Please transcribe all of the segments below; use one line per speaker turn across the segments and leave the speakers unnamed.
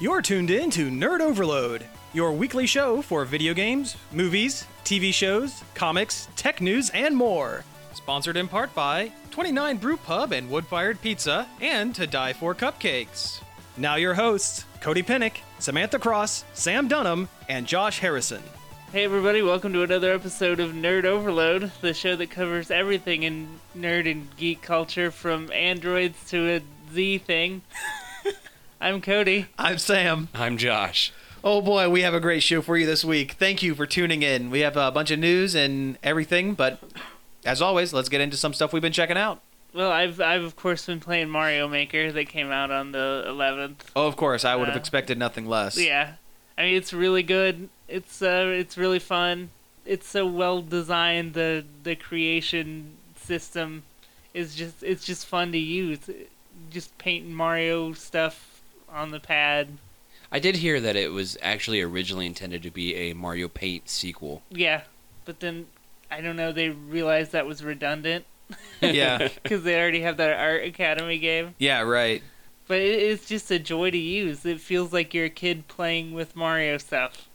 You're tuned in to Nerd Overload, your weekly show for video games, movies, TV shows, comics, tech news, and more. Sponsored in part by 29 Brew Pub and Wood Fired Pizza and To Die For Cupcakes. Now, your hosts, Cody Pennick, Samantha Cross, Sam Dunham, and Josh Harrison.
Hey everybody, welcome to another episode of Nerd Overload, the show that covers everything in nerd and geek culture from androids to a Z thing. I'm Cody.
I'm Sam.
I'm Josh.
Oh boy, we have a great show for you this week. Thank you for tuning in. We have a bunch of news and everything, but as always, let's get into some stuff we've been checking out.
Well, I've I've of course been playing Mario Maker that came out on the 11th.
Oh, of course, I would have
Uh,
expected nothing less.
Yeah. I mean, it's really good. It's uh it's really fun. It's so well designed the the creation system is just it's just fun to use. Just painting Mario stuff on the pad.
I did hear that it was actually originally intended to be a Mario Paint sequel.
Yeah, but then I don't know. They realized that was redundant
yeah,
because they already have that art academy game.
yeah, right.
But it, it's just a joy to use. It feels like you're a kid playing with Mario stuff.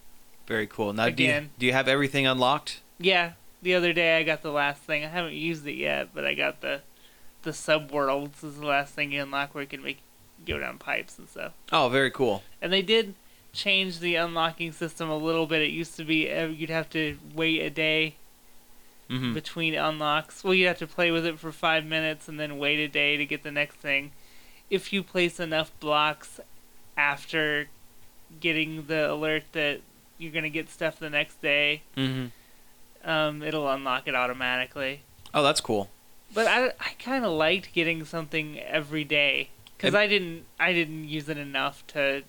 Very cool. Now, do you
Again.
do you have everything unlocked?
Yeah, the other day I got the last thing. I haven't used it yet, but I got the the subworlds is the last thing you unlock where you can make go down pipes and stuff.
Oh, very cool.
And they did change the unlocking system a little bit. It used to be uh, you'd have to wait a day
hmm
between unlocks. Well, you have to play with it for five minutes and then wait a day to get the next thing. If you place enough blocks after getting the alert that you're going to get stuff the next day,
hmm
um, it'll unlock it automatically.
Oh, that's cool.
But I, I kind of liked getting something every day because
Em-
I didn't I didn't use it enough to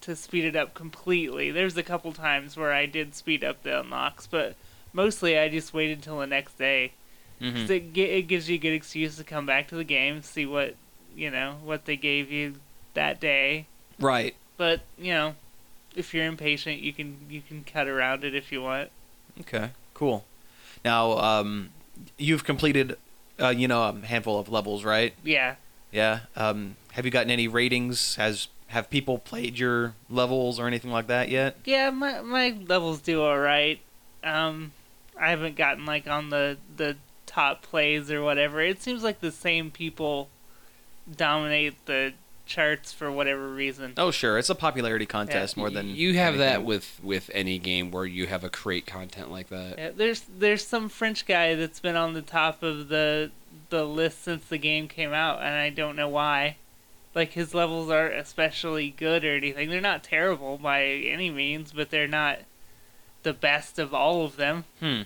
to speed it up completely. There's a couple times where I did speed up the unlocks, but mostly I just waited till the next day.
hmm
'Cause it, gi- it gives you a good excuse to come back to the game, see what you know what they gave you that day.
Right.
But you know, if you're impatient, you can you can cut around it if you want.
Okay. Cool. Now, um, you've completed, uh, you know, a handful of levels, right?
Yeah.
Yeah. Um, have you gotten any ratings? Has have people played your levels or anything like that yet?
Yeah, my my levels do all right. Um, I haven't gotten like on the the top plays or whatever. It seems like the same people dominate the charts for whatever reason.
Oh, sure. It's a popularity contest more than
you have that
anything.
with with any game where you have a create content like that.
Yeah, there's there's some French guy that's been on the top of the the list since the game came out, and I don't know why. Like his levels aren't especially good or anything. They're not terrible by any means, but they're not the best of all of them.
Hmm.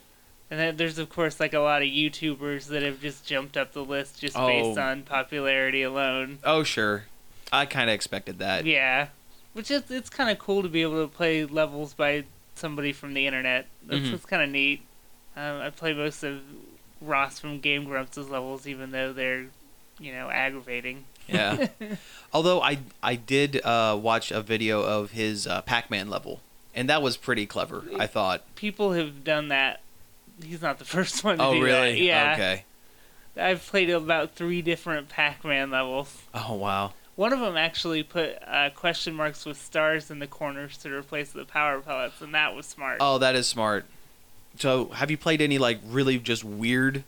And then there's of course like a lot of YouTubers that have just jumped up the list just based
Oh.
on popularity alone.
Oh, sure. I kind of expected that.
Yeah, which is it's kind of cool to be able to play levels by somebody from the internet. That's
Mhm.
what's kind of neat. Um, I play most of Ross from Game Grumps' levels, even though they're, you know, aggravating.
Yeah. Although I I did uh, watch a video of his uh, Pac-Man level, and that was pretty clever. I thought.
People have done that. He's not the first one to
Oh,
do that.
really?
Yeah,
Okay.
I've played about three different Pac-Man levels.
Oh, wow.
One of them actually put uh, question marks with stars in the corners to replace the power pellets, and that was smart.
Oh, that is smart. So, have you played any like really just weird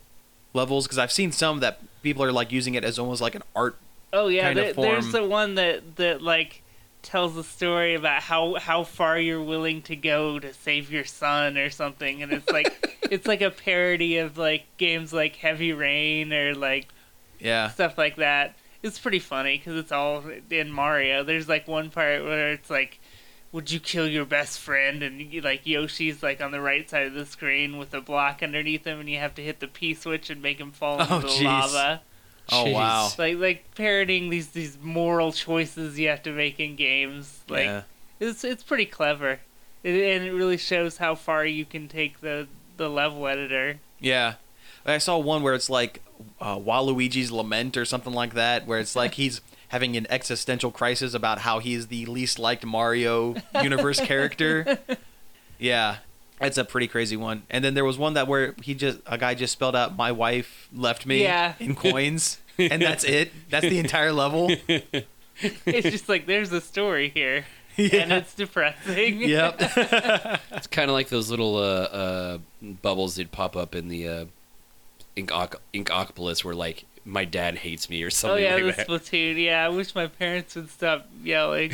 levels? Because I've seen some that people are like using it as almost like an art.
Oh yeah,
kind of
there, there's
form.
the one that that like tells a story about how how far you're willing to go to save your son or something, and it's like it's like a parody of like games like Heavy Rain or like
Yeah.
stuff like that. It's pretty funny because it's all in Mario. There's like one part where it's like, "Would you kill your best friend?" and you, like Yoshi's like on the right side of the screen with a block underneath him, and you have to hit the P switch and make him fall into
Oh,
the
jeez.
lava
Oh,
Jeez.
wow.
like like parodying these these moral choices you have to make in games. Like
yeah.
it's it's pretty clever, it, and it really shows how far you can take the the level editor.
Yeah. I saw one where it's like uh, Waluigi's Lament or something like that, where it's like he's having an existential crisis about how he's the least liked Mario universe character. Yeah. That's a pretty crazy one. And then there was one that where he just a guy just spelled out my wife left me
Yeah.
in coins and that's it. That's the entire level.
it's just like there's a story here, and it's depressing.
Yep.
It's kind of like those little uh, uh, bubbles that pop up in the uh, Inkoc- Inkopolis where, like, my dad hates me or
Oh
something
yeah,
like
the
that.
Splatoon. Yeah, I wish my parents would stop yelling.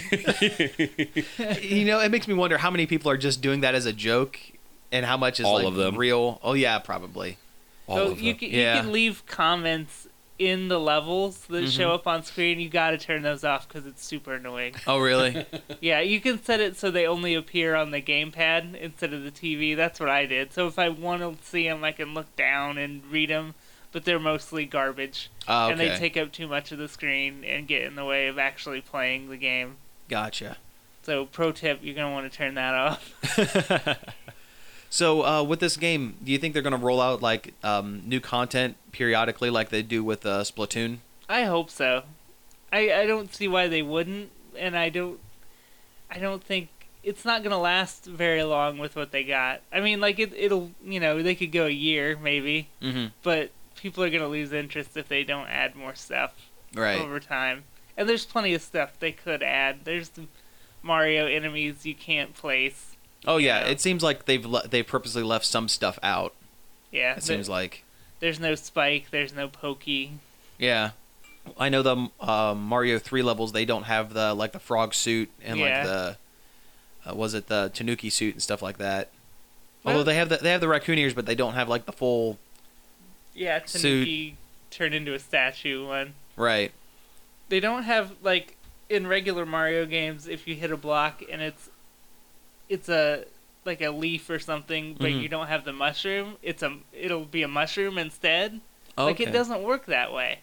you know, it makes me wonder how many people are just doing that as a joke, and how much is
All
like,
of them.
real. Oh yeah, probably.
All
so
of
Oh, you
them.
can
Yeah.
you can leave comments in the levels that
Mm-hmm.
show up on screen. You got to turn those off because it's super annoying.
Oh really?
yeah, you can set it so they only appear on the gamepad instead of the TV. That's what I did. So if I want to see them, I can look down and read them. But they're mostly garbage,
Oh, okay.
and they take up too much of the screen and get in the way of actually playing the game.
gotcha.
So pro tip, you're gonna want to turn that off.
So uh, with this game, do you think they're going to roll out like um, new content periodically, like they do with uh, Splatoon?
I hope so. I I don't see why they wouldn't, and I don't I don't think it's not gonna last very long with what they got. I mean, like it it'll you know they could go a year maybe,
Mm-hmm.
but people are gonna lose interest if they don't add more stuff
Right.
over time. And there's plenty of stuff they could add. There's the Mario enemies you can't place.
Oh yeah,
Yeah.
it seems like they've le- they purposely left some stuff out.
Yeah,
It
there-
seems like.
there's no Spike, there's no Pokey.
Yeah. I know the um, Mario 3 levels they don't have the like the frog suit and
Yeah.
like the uh, was it the Tanuki suit and stuff like that.
Well-
Although they have the they have the raccoon ears but they don't have like the full
Yeah,
Suit.
Tanuki turned into a statue one.
right.
they don't have like in regular Mario games if you hit a block and it's it's a like a leaf or something, but
Mhm.
you don't have the mushroom. It's a it'll be a mushroom instead. Like
Okay.
it doesn't work that way.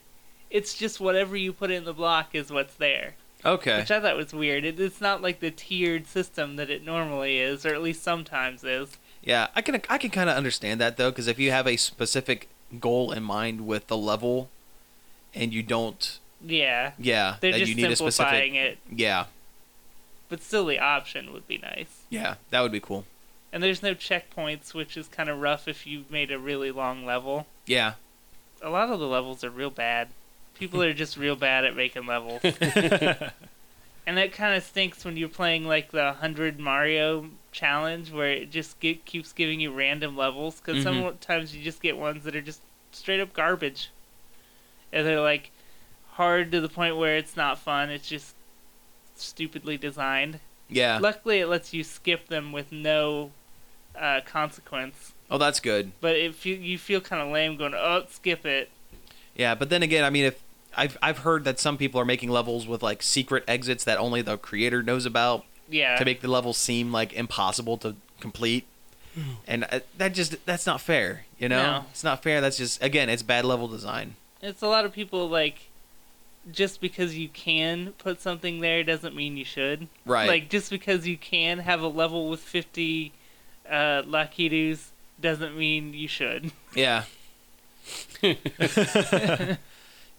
It's just whatever you put in the block is what's there,
Okay.
which I thought was weird. It, it's not like the tiered system that it normally is, or at least sometimes is.
Yeah, I can I can kind of understand that though, because if you have a specific goal in mind with the level, and you don't,
Yeah,
yeah,
they're
that
just
you need a
simplifying
specific,
it,
yeah,
but still the option would be nice.
yeah, that would be cool.
And there's no checkpoints, which is kind of rough if you made a really long level.
Yeah,
A lot of the levels are real bad. People are just real bad at making levels. and that kind of stinks when you're playing like the 100 Mario challenge where it just ge- keeps giving you random levels because
Mhm.
sometimes you just get ones that are just straight up garbage. And they're like hard to the point where it's not fun, it's just stupidly designed.
yeah.
Luckily, it lets you skip them with no uh, consequence.
oh, that's good.
But if you, you feel kind of lame going, oh, skip it.
Yeah, but then again, I mean, if I've I've heard that some people are making levels with like secret exits that only the creator knows about
Yeah.
to make the level seem like impossible to complete, and uh, that just that's not fair. You know,
Hmm. No.
it's not fair. That's just again, it's bad level design.
it's a lot of people like, just because you can put something there doesn't mean you should.
Right.
Like, just because you can have a level with 50 uh, Lakitus doesn't mean you should.
Yeah.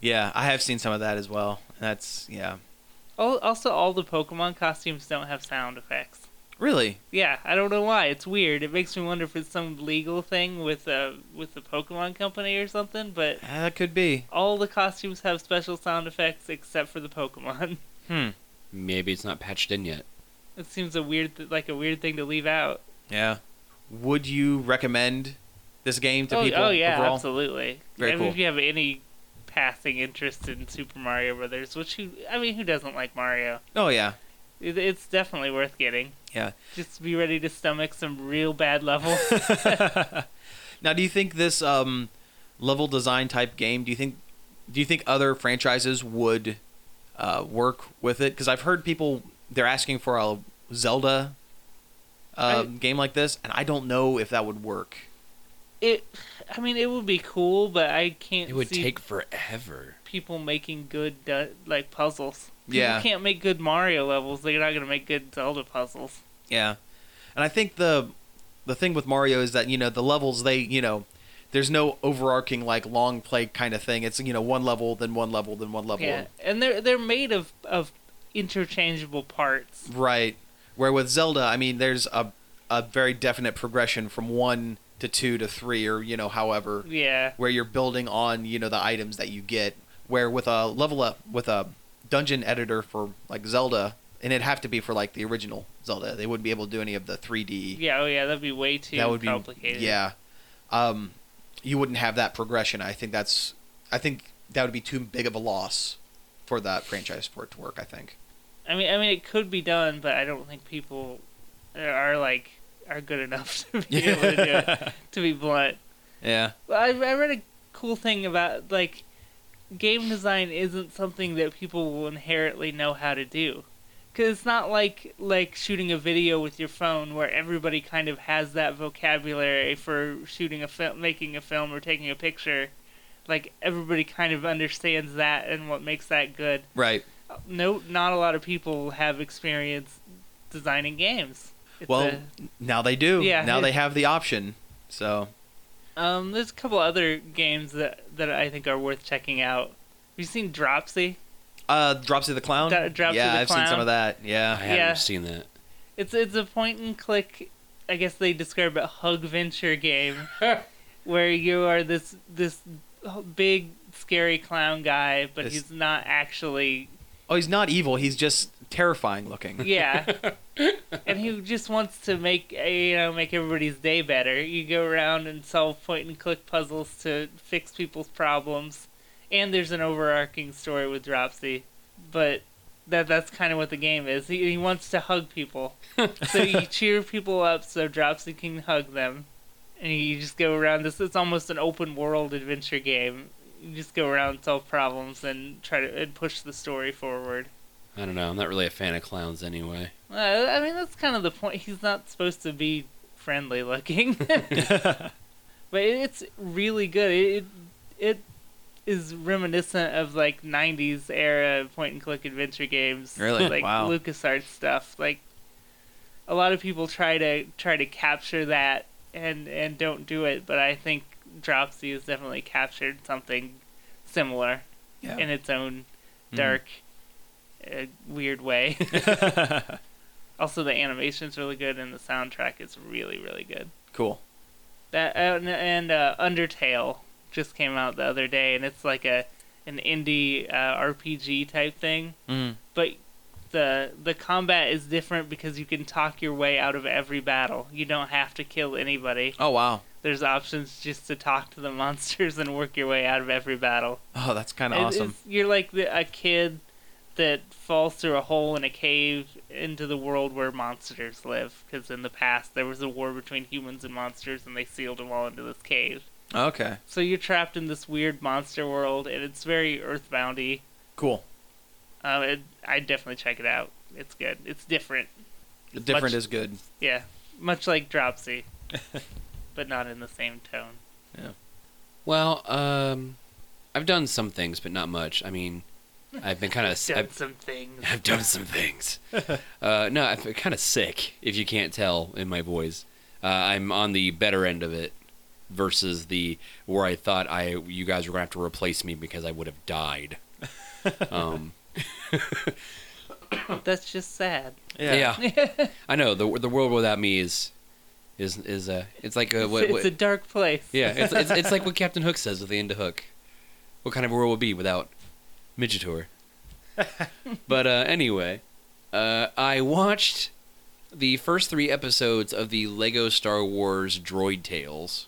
yeah, I have seen some of that as well. That's yeah.
Al- Also, all the Pokemon costumes don't have sound effects.
Really?
Yeah, I don't know why. It's weird. It makes me wonder if it's some legal thing with uh with the Pokemon company or something, but
Uh, That could be.
all the costumes have special sound effects except for the Pokemon.
Hmm.
Maybe it's not patched in yet.
It seems a weird th- like a weird thing to leave out.
Yeah. Would you recommend this game to
oh,
people
oh, yeah,
overall?
absolutely.
Very
I mean,
cool.
if you have any passing interest in Super Mario Brothers, which who I mean, who doesn't like Mario?
Oh yeah.
It, it's definitely worth getting.
Yeah.
Just be ready to stomach some real bad levels.
Now, do you think this um level design type game, do you think do you think other franchises would uh, work with it? Cuz I've heard people they're asking for a Zelda uh,
I-
game like this, and I don't know if that would work.
it, I mean, it would be cool, but I can't.
It would
see
take forever.
people making good du- like puzzles. People
Yeah.
can't make good Mario levels. They're not gonna make good Zelda puzzles.
Yeah, and I think the the thing with Mario is that you know the levels they you know there's no overarching like long play kind of thing. It's you know one level then one level then one level.
Yeah, and they're they're made of of interchangeable parts.
Right. Where with Zelda, I mean, there's a a very definite progression from one to two to three or you know however
Yeah,
where you're building on you know the items that you get. Where with a level up with a dungeon editor for like Zelda, and it'd have to be for like the original Zelda. They wouldn't be able to do any of the 3D.
Yeah, oh yeah, that'd be way too
that would be
complicated.
yeah. Um, you wouldn't have that progression. I think that's. I think that would be too big of a loss for that franchise for it to work. I think.
I mean, I mean, it could be done, but I don't think people are like are good enough to be able to do it. To be blunt,
Yeah.
Well, I, I read a cool thing about like game design isn't something that people will inherently know how to do. Cause it's not like like shooting a video with your phone, where everybody kind of has that vocabulary for shooting a film, making a film, or taking a picture. Like everybody kind of understands that and what makes that good
Right.
no, not a lot of people have experience designing games. It's
well,
a-
now they do.
Yeah.
Now they have the option. So
um, there's a couple other games that that I think are worth checking out. Have you seen Dropsy?
Uh, Dropsy the Clown.
Dro- Dropsy
yeah,
the
I've seen some
Clown.
of that.
I
Yeah,
haven't
Yeah.
seen that.
It's it's a point and click. I guess they describe it hug venture game, where you are this this big scary clown guy, but
This-
he's not actually
Oh, he's not evil. He's just terrifying looking.
Yeah. and he just wants to make uh, you know make everybody's day better. You go around and solve point and click puzzles to fix people's problems. And there's an overarching story with Dropsy, but that that's kind of what the game is. He, he wants to hug people. so you cheer people up so Dropsy can hug them. And you just go around this it's almost an open world adventure game. You just go around solve problems and try to and push the story forward.
I don't know. I'm not really a fan of clowns anyway.
Well, Uh, I mean, that's kind of the point. He's not supposed to be friendly looking, but it- it's really good. It it is reminiscent of like '90s era point and click adventure games,
Really?
like
Wow.
LucasArts stuff. Like a lot of people try to try to capture that and and don't do it, but I think Dropsy has definitely captured something similar
Yeah.
in its own dark, uh, weird way. also, the animation's really good, and the soundtrack is really, really good.
cool.
That and, and uh, Undertale just came out the other day, and it's like a an indie uh, RPG type thing,
Mm.
but the the combat is different because you can talk your way out of every battle. You don't have to kill anybody.
Oh wow.
There's options just to talk to the monsters and work your way out of every battle.
Oh, that's kind of
It-
awesome.
it's- you're like the, a kid that falls through a hole in a cave into the world where monsters live. Because in the past there was a war between humans and monsters, and they sealed them all into this cave.
Okay.
So you're trapped in this weird monster world, and it's very Earthboundy.
Cool.
Uh, it, I'd definitely check it out. It's good. It's different.
The different
much-
is good.
Yeah, much like Dropsy, but not in the same tone.
Well, um, I've done some things, but not much. I mean, I've been kind of
Done some things.
I've done some things. uh, no, I'm kind of sick, if you can't tell in my voice. Uh, I'm on the better end of it versus the where I thought I you guys were gonna have to replace me because I would have died. um,
That's just sad.
yeah. I know the the world without me is is is a it's like a
It's,
what,
it's
what-
a dark place.
Uh, yeah it's, it's it's like what Captain Hook says at the end of Hook. What kind of world would be without Midgetour? but uh, anyway, uh, I watched the first three episodes of the Lego Star Wars Droid Tales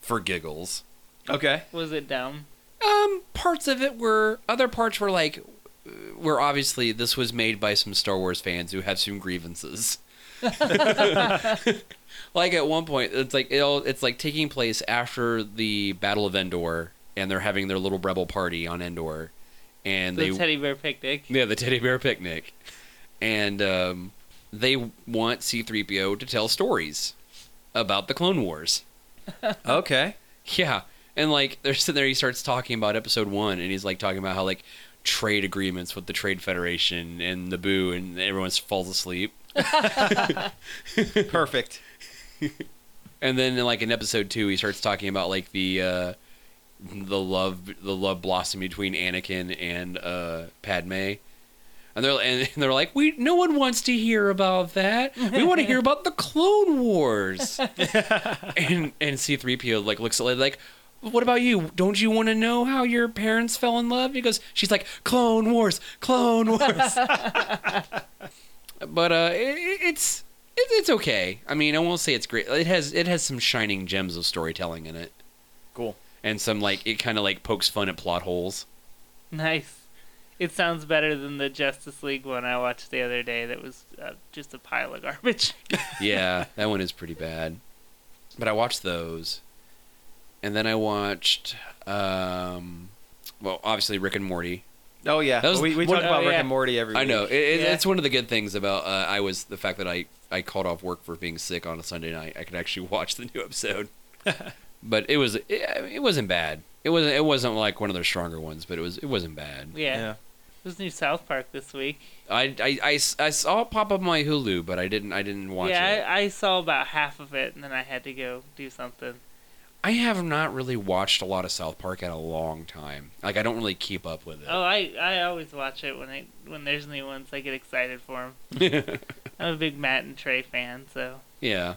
for giggles.
Okay.
Was it dumb?
Um, parts of it were other parts were like uh, were obviously this was made by some Star Wars fans who have some grievances. like at one point, it's like it all, it's like taking place after the Battle of Endor, and they're having their little rebel party on Endor, and
The
they
teddy bear picnic.
yeah, the teddy bear picnic. And um, they want C3PO to tell stories about the Clone Wars.
Okay.
Yeah. And like they're sitting there, he starts talking about episode one, and he's like talking about how like trade agreements with the Trade Federation and Naboo, and everyone falls asleep.
Perfect.
And then in, like in episode two, he starts talking about like the uh, the love the love blossom between Anakin and uh, Padme. And they're and they're like, we no one wants to hear about that. We want to hear about the Clone Wars. and and C three PO like looks at like what about you? Don't you want to know how your parents fell in love? He goes, she's like, Clone Wars, Clone Wars. but uh, it, it's it, it's okay. I mean, I won't say it's great. It has it has some shining gems of storytelling in it,
Cool.
and some like it kind of like pokes fun at plot holes.
Nice. It sounds better than the Justice League one I watched the other day. That was uh, just a pile of garbage.
yeah, that one is pretty bad. But I watched those, and then I watched, um, well, obviously Rick and Morty.
Oh yeah,
That was-
we, we
what-
talk about
oh,
Rick
yeah.
and Morty every.
I know
week.
it, it,
Yeah.
it's one of the good things about uh, I was the fact that I I called off work for being sick on a Sunday night. I could actually watch the new episode, but it was it, it wasn't bad. It wasn't it wasn't like one of their stronger ones, but it was it wasn't bad.
yeah. It was New South Park this week.
I, I, I s- I saw it pop up on my Hulu, but I didn't I didn't watch
yeah,
it.
I, I saw about half of it, and then I had to go do something.
I have not really watched a lot of South Park in a long time. Like I don't really keep up with it.
Oh, I, I always watch it when I when there's new ones. I get excited for them. I'm a big Matt and Trey fan, so.
Yeah.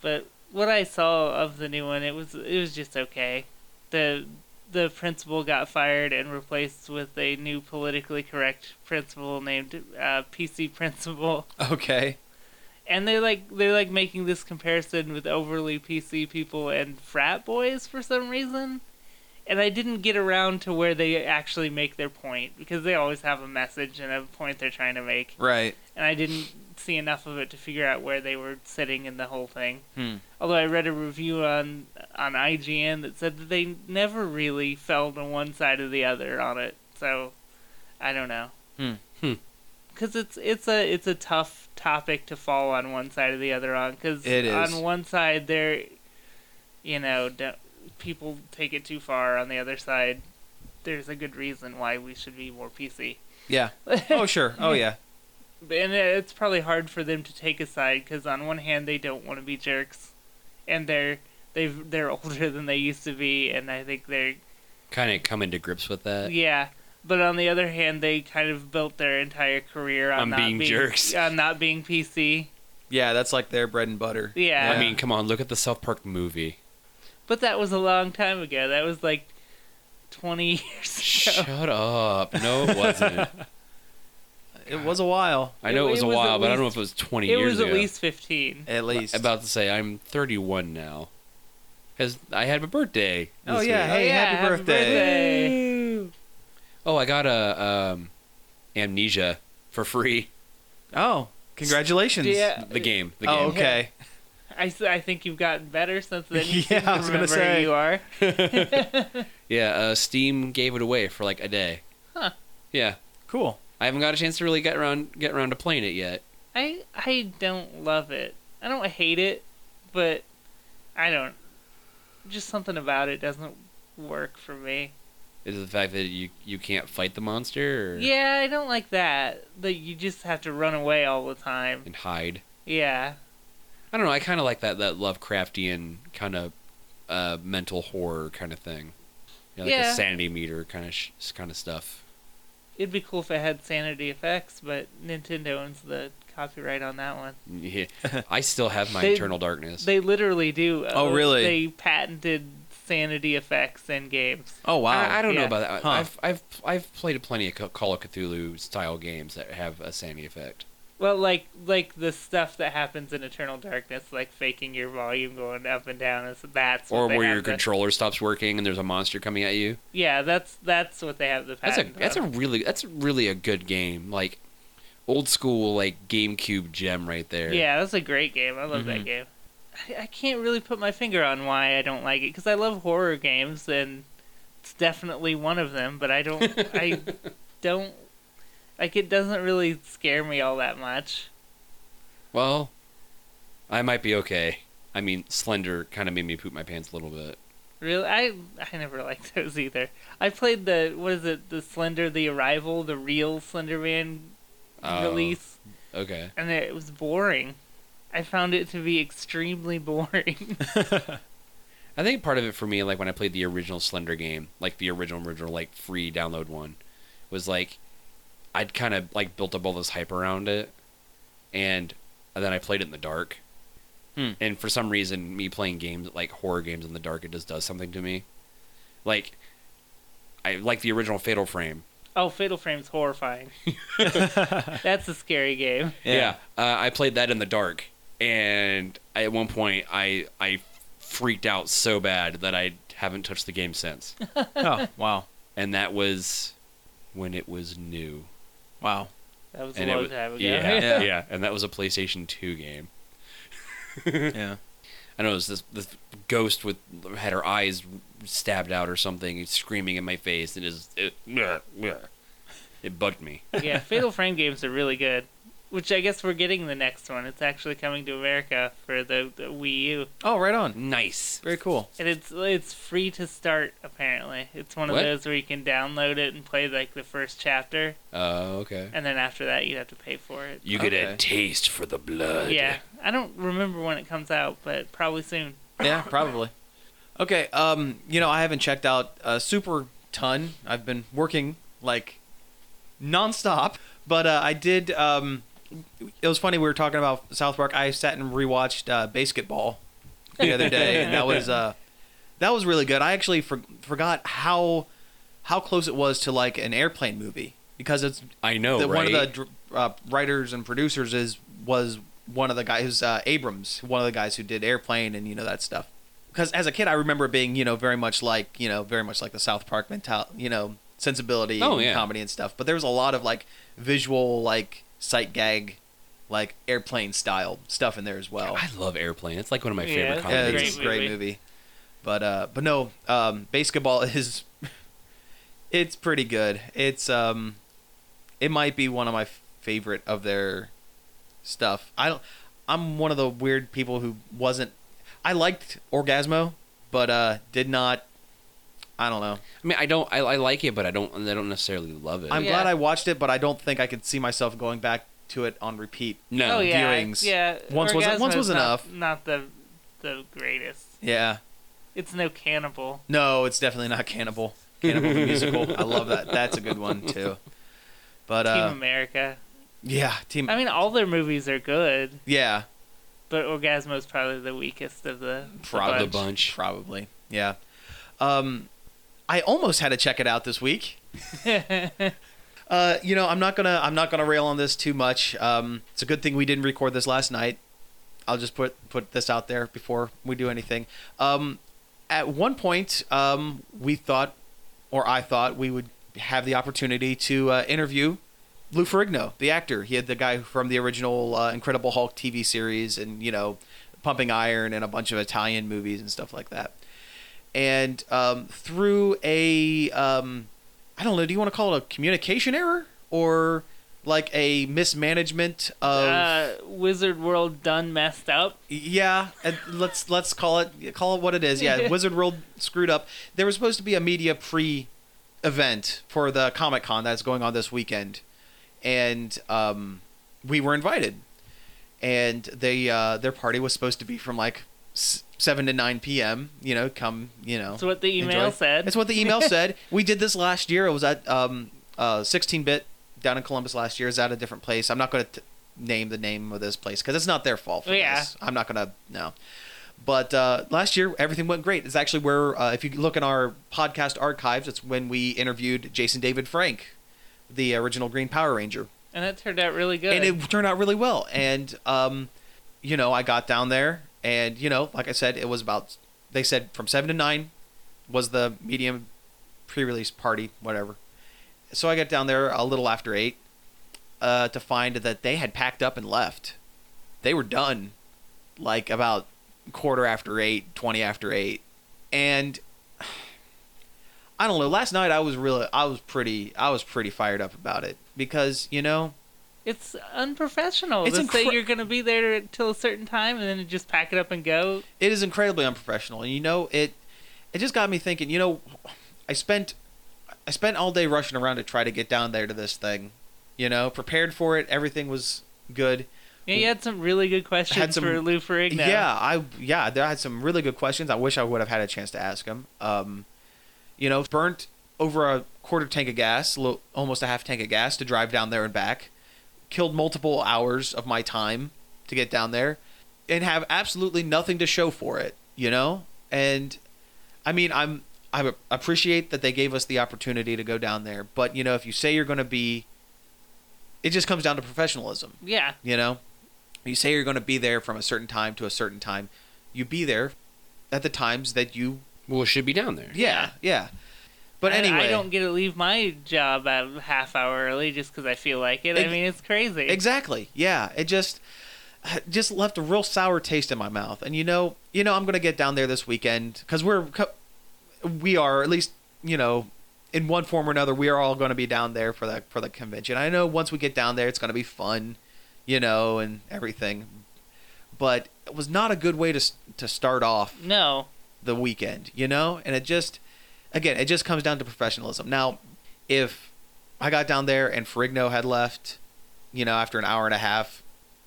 But what I saw of the new one, it was it was just okay. The the principal got fired and replaced with a new politically correct principal named uh, PC Principal.
Okay.
and they're like they're like making this comparison with overly PC people and frat boys for some reason. And I didn't get around to where they actually make their point because they always have a message and a point they're trying to make.
Right.
And I didn't see enough of it to figure out where they were sitting in the whole thing.
Hmm.
Although I read a review on on IGN that said that they never really fell to one side or the other on it. So I don't know.
Hmm.
Hmm.
Because it's it's a it's a tough topic to fall on one side or the other on. Because
It is.
on one side they're, you know, don't, people take it too far. On the other side, there's a good reason why we should be more PC.
Yeah. Oh sure. Oh yeah.
and it's probably hard for them to take a side because on one hand they don't want to be jerks, and they're they've they're older than they used to be, and I think they're
Kind of coming to grips with that.
yeah. But on the other hand, they kind of built their entire career on
On
not
being jerks.
on not being PC.
Yeah, that's like their bread and butter.
Yeah.
I mean, come on, look at the South Park movie.
But that was a long time ago. That was like twenty years ago.
Shut up. No, it wasn't.
it was a while
I know
It-
it was
it
a
was
while,
at
but I don't know
least-
if it was 20
It
years
was
ago.
at least fifteen.
at least.
About to say, I'm 31 now. Because I had a birthday.
oh
this
yeah.
week.
Oh,
Hey,
yeah,
happy
happy birthday.
Woo.
Oh, I got a um, amnesia for free.
Oh, congratulations.
Yeah.
The game. The game.
Oh okay.
I, s- I think you've gotten better since then. You
Yeah,
seem to
I was gonna
remember
say.
who you are.
Yeah. Uh, Steam gave it away for like a day.
Huh.
Yeah.
Cool.
I haven't got a chance to really get around get around to playing it yet.
I I don't love it. I don't hate it, but I don't. Just something about it doesn't work for me.
Is it the fact that you you can't fight the monster or,
Yeah, I don't like that. That you just have to run away all the time.
and hide?
Yeah,
I don't know. I kind of like that that Lovecraftian kind of uh, mental horror kind of thing. You know, like
Yeah.
a sanity meter kind of sh- kind of stuff.
it'd be cool if it had sanity effects, but Nintendo owns the copyright on that one.
Yeah. I still have my
They-
internal darkness.
They literally do. Uh,
Oh, really?
They patented sanity effects in games.
Oh wow.
I, I don't know
Yeah.
about that.
Huh.
I've I've I've played plenty of Ca- Call of Cthulhu style games that have a sanity effect.
Well, like like the stuff that happens in Eternal Darkness, like faking your volume going up and down. Is that's what
or
they
where
have
your
the-
controller stops working and there's a monster coming at you.
Yeah, that's that's what they have the
That's a
patent.
that's a really that's really a good game. Like old school like GameCube gem right there.
yeah, that's a great game. I love that
Mm-hmm.
Mhm.
game. I, I can't really put my finger on why I don't like it because I love horror games and it's definitely one of them. But I don't I don't like it. Doesn't really scare me all that much.
Well, I might be okay. I mean, Slender kind of made me poop my pants a little bit.
Really, I I never liked those either. I played the what is it, the Slender, the Arrival, the real Slender Man
Oh.
release,
Okay.
and it was boring. I found it to be extremely boring.
I think part of it for me, like when I played the original Slender game, like the original, original, like free download one, was like I'd kind of like built up all this hype around it, and, and then I played it in the dark.
Hmm.
And for some reason, me playing games like horror games in the dark, it just does something to me. Like, I like the original Fatal Frame.
Oh, Fatal Frame's horrifying. That's a scary game.
Yeah, uh, I played that in the dark, and I, at one point I I freaked out so bad that I haven't touched the game since.
Oh wow,
and that was when it was new.
wow.
That was a
and it
long
was,
time ago.
Yeah,
Oh, Yeah.
yeah, and that was a PlayStation Two game.
Yeah.
I know it was this this ghost with had her eyes stabbed out or something, and screaming in my face, and it is it, it bugged me.
yeah, Fatal Frame games are really good. Which I guess we're getting the next one. It's actually coming to America for the, the Wii U,
Oh, right on.
Nice.
Very cool.
and it's it's free to start. Apparently, it's one of
What?
those where you can download it and play like the first chapter,
Oh, okay.
and then after that you have to pay for it.
You get
Okay.
a taste for the blood.
Yeah, I don't remember when it comes out, but probably soon.
Yeah, probably. Okay. Um, you know, I haven't checked out a super ton. I've been working like nonstop, but uh, I did. Um, it was funny. We were talking about South Park. I sat and rewatched uh, Basketball the other day, and that was uh, that was really good. I actually for- forgot how how close it was to like an airplane movie because it's
I know,
the,
right?
one of the dr- uh, writers and producers is was one of the guys uh, Abrams, one of the guys who did Airplane and you know that stuff. Because as a kid, I remember being you know very much like you know very much like the South Park mental you know sensibility
Oh,
and
yeah.
comedy and stuff. But there was a lot of like visual like sight gag, like airplane style stuff in there as well.
I love Airplane. It's like one of my
Yeah,
favorite
it's
Yeah,
comedies.
it's a
Great
great movie.
movie.
But uh, but no, um, basketball is it's pretty good. It's um, it might be one of my favorite of their stuff. I don't. I'm one of the weird people who wasn't. I liked Orgasmo, but uh, did not. I don't know.
I mean, I don't. I, I like it, but I don't. I don't necessarily love it.
I'm
Yeah.
glad I watched it, but I don't think I could see myself going back to it on repeat.
no.
oh yeah, I-
viewings.
yeah.
Once was- once
Orgasmo's
was
not-
enough.
Not the the greatest.
Yeah.
It's no cannibal.
No, it's definitely not Cannibal. Cannibal the musical. I love that. That's a good one too. But uh,
Team America.
Yeah, team.
I mean, all their movies are good,
yeah,
but Orgasmo's probably the weakest of the the
Probably
the
bunch.
bunch.
probably. Yeah. Um, I almost had to check it out this week. uh, you know, I'm not gonna I'm not gonna rail on this too much. Um, it's a good thing we didn't record this last night. I'll just put put this out there before we do anything. Um, at one point, um, we thought, or I thought, we would have the opportunity to uh, interview Lou Ferrigno, the actor. He had the guy from the original uh, Incredible Hulk TV series, and you know, Pumping Iron, and a bunch of Italian movies and stuff like that. And um, through a, um, I don't know, do you want to call it a communication error or like a mismanagement of?
Uh,
Um,
Wizard World done messed up.
Yeah, and let's let's call it call it what it is. Yeah, Wizard World screwed up. There was supposed to be a media pre event for the Comic Con that's going on this weekend, and um, we were invited, and they uh, their party was supposed to be from like s- seven to nine p.m. You know, come you know.
That's what the email
enjoy.
said.
That's what the email said. We did this last year. It was at um uh 16 bit down in Columbus last year. It was at a different place. I'm not going to name the name of this place because it's not their fault. For
Yeah.
this. I'm not going to no. But uh, last year everything went great. It's actually where uh, if you look in our podcast archives, it's when we interviewed Jason David Frank, the original Green Power Ranger
and that turned out really good.
and it turned out really well. And um, you know, I got down there, and you know, like I said, it was about they said from seven to nine was the medium pre-release party, whatever. So I got down there a little after eight uh, to find that they had packed up and left. They were done, like about quarter after eight, twenty after eight, and. I don't know. Last night I was really, I was pretty, I was pretty fired up about it because you know,
it's unprofessional
It's
to say
incre-
you're going to be there till a certain time and then you just pack it up and go.
it is incredibly unprofessional and you know it it just got me thinking you know i spent i spent all day rushing around to try to get down there to this thing you know prepared for it everything was good
Yeah, you had some really good questions
some-
for Lou Ferrigno.
yeah i yeah there I had some really good questions i wish i would have had a chance to ask them um you know burnt over a quarter tank of gas lo- almost a half tank of gas to drive down there and back killed multiple hours of my time to get down there and have absolutely nothing to show for it, you know? And I mean, I'm I appreciate that they gave us the opportunity to go down there, but you know, if you say you're going to be, it just comes down to professionalism.
Yeah.
You know, you say you're going to be there from a certain time to a certain time, you be there at the times that you.
Well, it should be down there.
Yeah, yeah. But
I-
anyway,
I, don't get to leave my job a half hour early just because I feel like it. I
Ex-
mean, it's crazy.
Exactly. Yeah. It just just left a real sour taste in my mouth. And you know, you know, I'm gonna get down there this weekend because we're co- we are at least you know in one form or another we are all gonna be down there for that for the convention. I know once we get down there it's gonna be fun, you know, and everything. But it was not a good way to s- to start off
no.
the weekend, you know? And it just, again, it just comes down to professionalism. Now, if I got down there and Ferrigno had left, you know, after an hour and a half,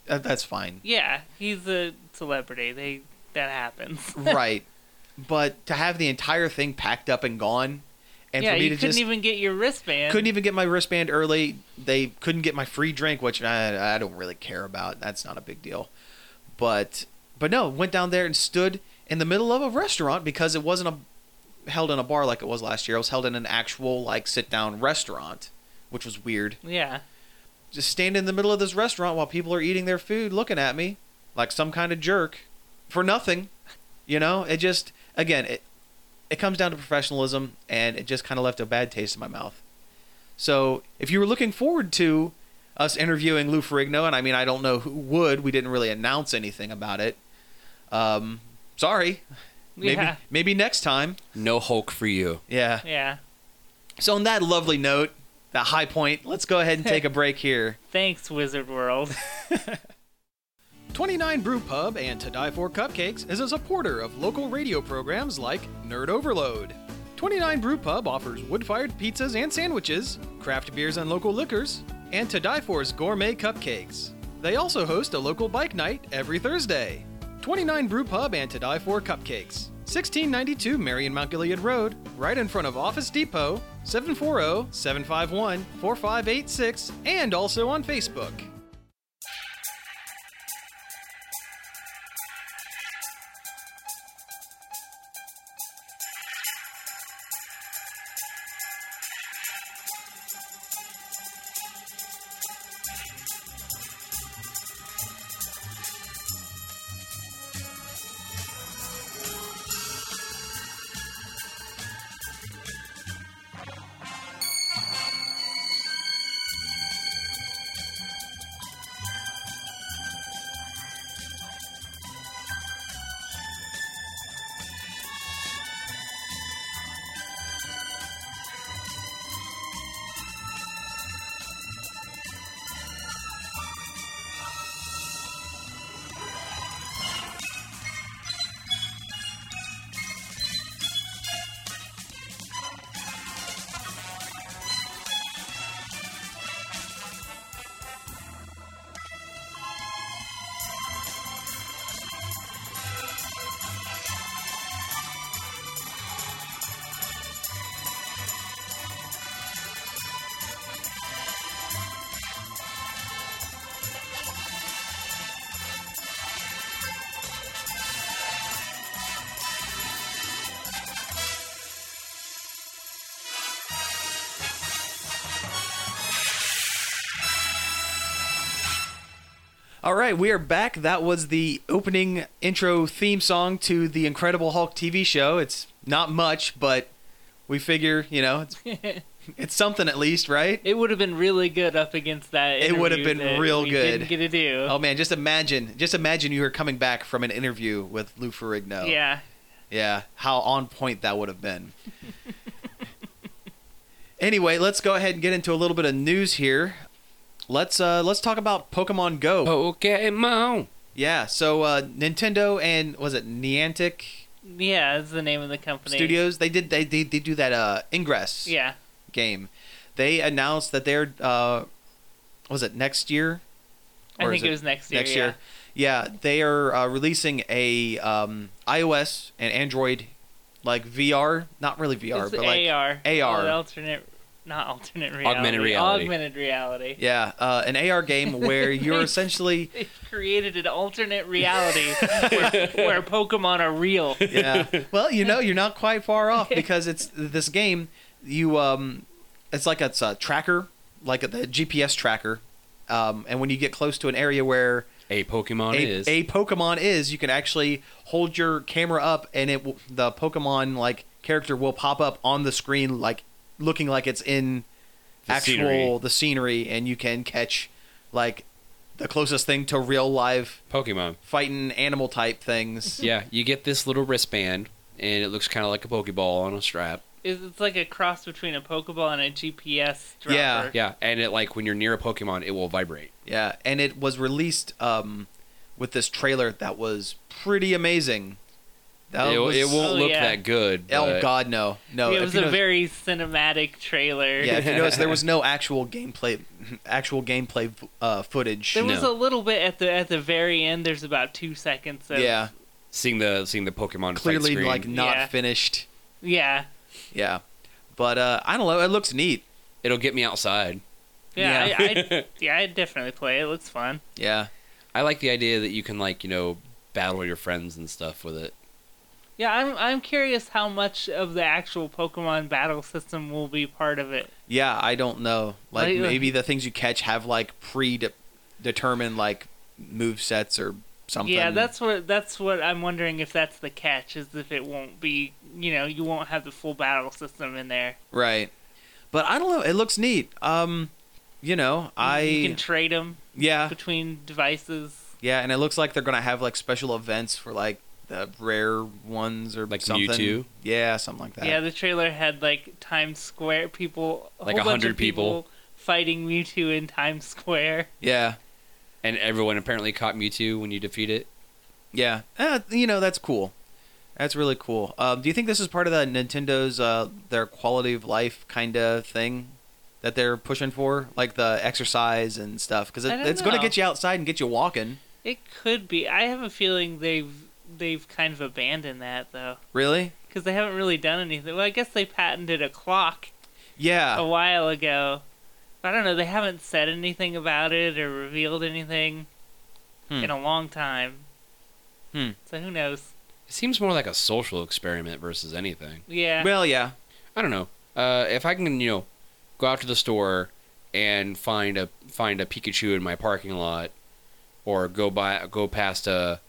that, that's fine.
Yeah, he's a celebrity. They that happens.
right. But to have the entire thing packed up and gone, and
yeah,
for me
you
to
couldn't
just
even get your wristband.
couldn't even get my wristband early, they couldn't get my free drink, which I, I don't really care about. That's not a big deal. But but no, went down there and stood in the middle of a restaurant because it wasn't a held in a bar like it was last year. It was held in an actual like sit down restaurant, which was weird.
yeah.
Just stand in the middle of this restaurant while people are eating their food, looking at me like some kind of jerk for nothing. You know, it just again it it comes down to professionalism, and it just kind of left a bad taste in my mouth. So if you were looking forward to us interviewing Lou Ferrigno, and I mean I don't know who would, we didn't really announce anything about it. Um, sorry. Maybe
Yeah.
maybe next time.
No Hulk for you.
Yeah.
Yeah.
So on that lovely note, that high point, let's go ahead and take a break here.
Thanks, Wizard World.
29 Brew Pub and To Die For Cupcakes is a supporter of local radio programs like Nerd Overload. 29 Brew Pub offers wood fired pizzas and sandwiches, craft beers and local liquors, and To Die For's gourmet cupcakes. They also host a local bike night every Thursday. 29 Brew Pub and To Die For Cupcakes, 1692 Marion Mount Gilead Road, right in front of Office Depot, oh, 740 751 4586, and also on Facebook.
All right, we are back. That was the opening intro theme song to the Incredible Hulk TV show. It's not much, but we figure, you know, it's, it's something at least, right?
It would have been really good up against that.
It would have
interview
been
that
real
we
good.
Didn't get to do.
Oh man, just imagine, just imagine you were coming back from an interview with Lou Ferrigno.
Yeah.
Yeah, how on point that would have been. anyway, let's go ahead and get into a little bit of news here. Let's uh let's talk about Pokemon Go.
Oh. Pokemon.
Yeah, so uh Nintendo and was it Niantic
Yeah, is the name of the company.
Studios? They did they they, they do that uh Ingress
Yeah.
game. They announced that they're uh was it next year?
I
Or
think
is
it was next year.
next
yeah.
year. Yeah, they are uh, releasing a um, iOS and Android like VR, not really VR,
It's
E but like
AR.
AR.
Alternate not alternate reality.
Augmented reality.
Augmented reality.
Yeah, uh, an AR game where you're essentially
They've created an alternate reality where, where Pokemon are real.
yeah. Well, you know, you're not quite far off because it's this game. You um, it's like it's a tracker, like a, the GPS tracker, um, and when you get close to an area where
A Pokemon
a,
is.
a Pokemon is, you can actually hold your camera up, and it will- the Pokemon like character will pop up on the screen, like looking like it's in
The
actual
scenery.
the scenery, and you can catch like the closest thing to real live
Pokemon.
fighting animal type things.
Yeah, you get this little wristband, and it looks kind of like a Pokeball on a strap.
It's, it's like a cross between a Pokeball and a GPS dropper.
Yeah,
Yeah, and it like when you're near a Pokemon, it will vibrate.
Yeah, and it was released um, with this trailer that was pretty amazing. That
it,
was,
it won't
Oh,
look
yeah.
that good.
Oh
but-
God, no, no.
it
if
was a
you notice-
very cinematic trailer.
yeah. If you notice, there was no actual gameplay, actual gameplay uh, footage.
There was
No.
a little bit at the at the very end. There's about two seconds. Of,
yeah,
seeing the seeing the Pokemon fight
clearly
screen.
like not
Yeah.
finished.
yeah,
Yeah, but uh, I don't know. It looks neat.
it'll get me outside.
yeah,
Yeah.
I, I'd, yeah. I'd definitely play it. It looks fun.
Yeah,
I like the idea that you can like you know battle your friends and stuff with it.
Yeah, I'm I'm curious how much of the actual Pokemon battle system will be part of it.
yeah. I don't know. Like
Like, uh,
maybe the things you catch have like pre-determined like move sets or something.
Yeah, that's what that's what I'm wondering if that's the catch is if it won't be you know you won't have the full battle system in there.
Right. But I don't know. It looks neat. Um, you know, I Uh.
you can trade them
yeah
between devices.
yeah, and it looks like they're gonna have like special events for like the rare ones or
Like
something.
Mewtwo?
Yeah, something like that.
Yeah, the trailer had like Times Square people, a
Like
whole bunch
100
of people, fighting Mewtwo in Times Square.
yeah,
And everyone apparently caught Mewtwo when you defeat it.
yeah. Eh, you know, that's cool. That's really cool. Um, do you think this is part of the Nintendo's uh, their quality of life kind of thing that they're pushing for, like the exercise and stuff? Because it,
I don't
it's going to
know.
get you outside and get you walking.
It could be. I have a feeling they've they've kind of abandoned that though,
Really?
because they haven't really done anything. Well, I guess they patented a clock
Yeah.
a while ago. But I don't know. They haven't said anything about it or revealed anything
Hmm.
in a long time.
Hmm.
So who knows?
It seems more like a social experiment versus anything.
Yeah.
Well, yeah.
I don't know. Uh, if I can you know go out to the store and find a find a Pikachu in my parking lot, or go by go past a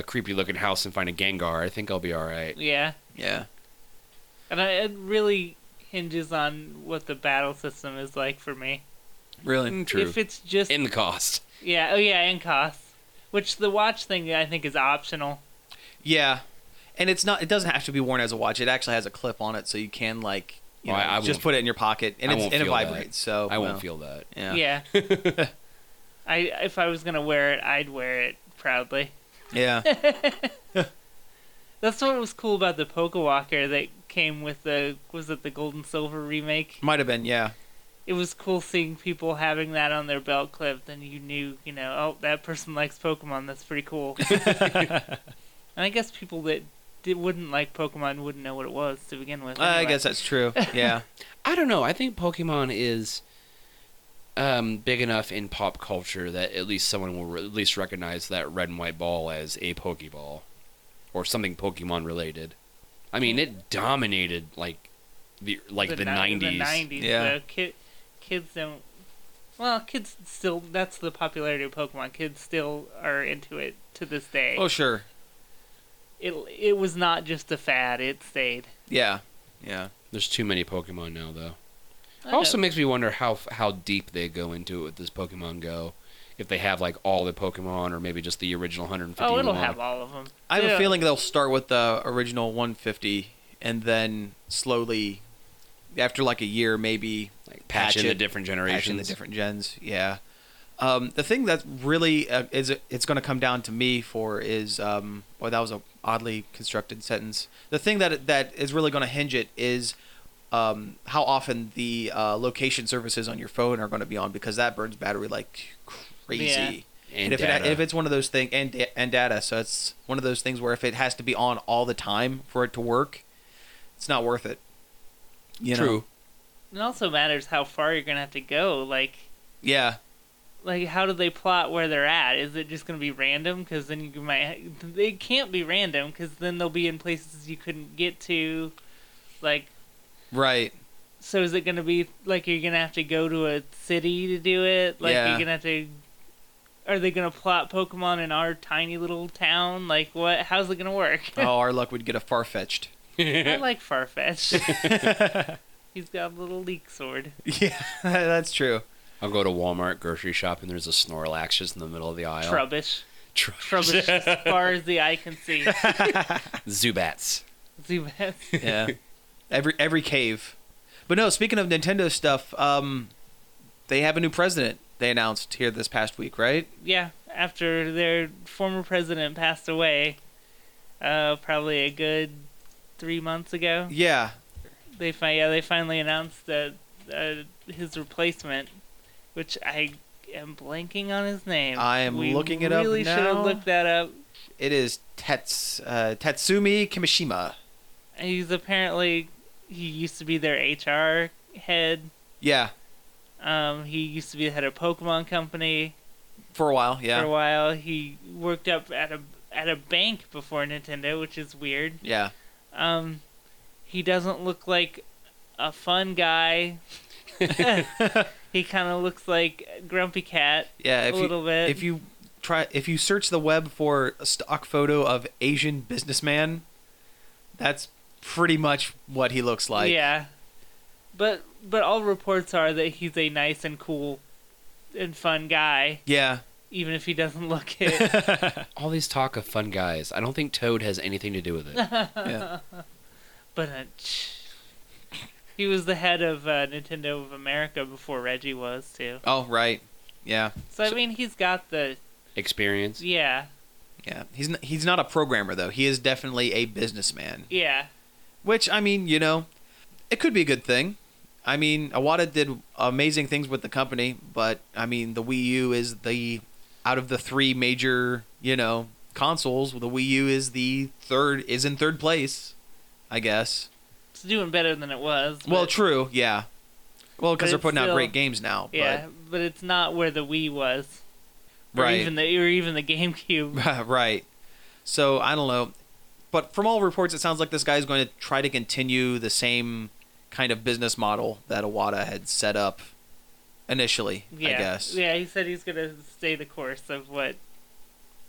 a creepy looking house and find a Gengar, I think I'll be all right.
yeah.
Yeah.
And I, it really hinges on what the battle system is like for me.
Really.
Mm, True.
If it's just
In the cost.
yeah, oh yeah, and cost. Which the watch thing I think is optional.
Yeah, and it's not. It doesn't have to be worn as a watch. It actually has a clip on it, so you can like you
Oh,
know,
I- I
just
won't-
put it in your pocket and
I
it's,
won't
and it
feel that.
vibrates. So
I won't
well,
feel that.
Yeah, yeah.
Yeah. I if I was gonna wear it, I'd wear it proudly. That's what was cool about the Poke Walker that came with the was it the Gold and Silver remake?
Might have been. Yeah,
It was cool seeing people having that on their belt clip. Then you knew, you know, oh that person likes Pokemon. That's pretty cool. and I guess people that did, wouldn't like Pokemon wouldn't know what it was to begin with.
I
anyway.
guess that's true. Yeah,
I don't know. I think Pokemon is um, big enough in pop culture that at least someone will re- at least recognize that red and white ball as a Pokeball or something Pokemon related. I mean, it dominated like the like the,
ni-
90s.
The nineties.
Yeah.
Yeah. Ki- kids don't. Well, kids still. That's the popularity of Pokemon. Kids still are into it to this day.
oh sure.
It it was not just a fad. It stayed.
Yeah, yeah,
There's too many Pokemon now though.
I
also
know.
makes me wonder how how deep they go into it with this Pokemon Go. If they have like all the Pokemon or maybe just the original 150.
oh, it'll
one.
have all of them.
I have a feeling they'll start with the original 150 and then slowly, after like a year, maybe
like patch, in
Patch
the
it.
different generations.
Actually, the different gens. Yeah. Um, the thing that really uh, is it's going to come down to me for is um, boy that was a oddly constructed sentence. The thing that that is really going to hinge it is um, how often the uh, location services on your phone are going to be on because that burns battery like crazy.
Yeah.
And
And, if
data.
It, if it's one of those things and da- and data, so it's one of those things where if it has to be on all the time for it to work, it's not worth it. You know?
True.
It also matters how far you're gonna have to go. Like,
Yeah.
like how do they plot where they're at? Is it just gonna be random? Because then you might. It can't be random because then they'll be in places you couldn't get to. Like,
Right.
so is it gonna be like you're gonna have to go to a city to do it? Like,
Yeah.
you're gonna have to. Are they gonna plot Pokemon in our tiny little town? Like, what? How's it gonna work?
Oh, our luck would get a far fetched.
I like Farfetch. He's got a little leak sword.
Yeah, that's true.
I'll go to Walmart grocery shop and there's a Snorlax just in the middle of the aisle.
Trubbish.
Tr-
Trubbish as far as the eye can see.
Zubats.
Zubats.
Yeah. every every cave. But no, speaking of Nintendo stuff, um, they have a new president. They announced here this past week, right?
Yeah, after their former president passed away, uh, probably a good three months ago,
Yeah.
they fi- yeah they finally announced that uh, his replacement, which I am blanking on his name.
I am
We
looking it up
really should
now.
have looked that up.
It is Tets, uh, Tatsumi Kimishima.
He's apparently he used to be their HR head.
Yeah,
Um, he used to be the head of Pokemon Company
for a while. Yeah.
for a while. He worked up at a at a bank before Nintendo, which is weird.
yeah.
Um, he doesn't look like a fun guy. he kind of looks like Grumpy Cat
Yeah. If
a
you,
little bit.
if you try if you search the web for a stock photo of Asian businessman, that's pretty much what he looks like.
yeah, but but all reports are that he's a nice and cool and fun guy,
Yeah.
even if he doesn't look it.
All these talk of fun guys. I don't think Toad has anything to do with it.
yeah.
but uh, he was the head of uh, Nintendo of America before Reggie was too.
Oh right. Yeah.
So I mean, he's got the
Experience.
yeah,
Yeah. He's n- he's not a programmer though. He is definitely a businessman.
yeah,
Which I mean, you know, it could be a good thing. I mean, Awada did amazing things with the company, but I mean, the Wii U is the out of the three major, you know, consoles, the Wii U is the third is in third place, I guess.
it's doing better than it was.
well,
but-
true, yeah. Well,
but
because they're
it's
putting out
still-
great games now.
yeah, but it's not where the Wii was,
but,
or even the or even the GameCube.
right. So I don't know, but from all reports, it sounds like this guy is going to try to continue the same kind of business model that Awada had set up initially.
Yeah,
I guess.
yeah. He said he's gonna stay the course of what.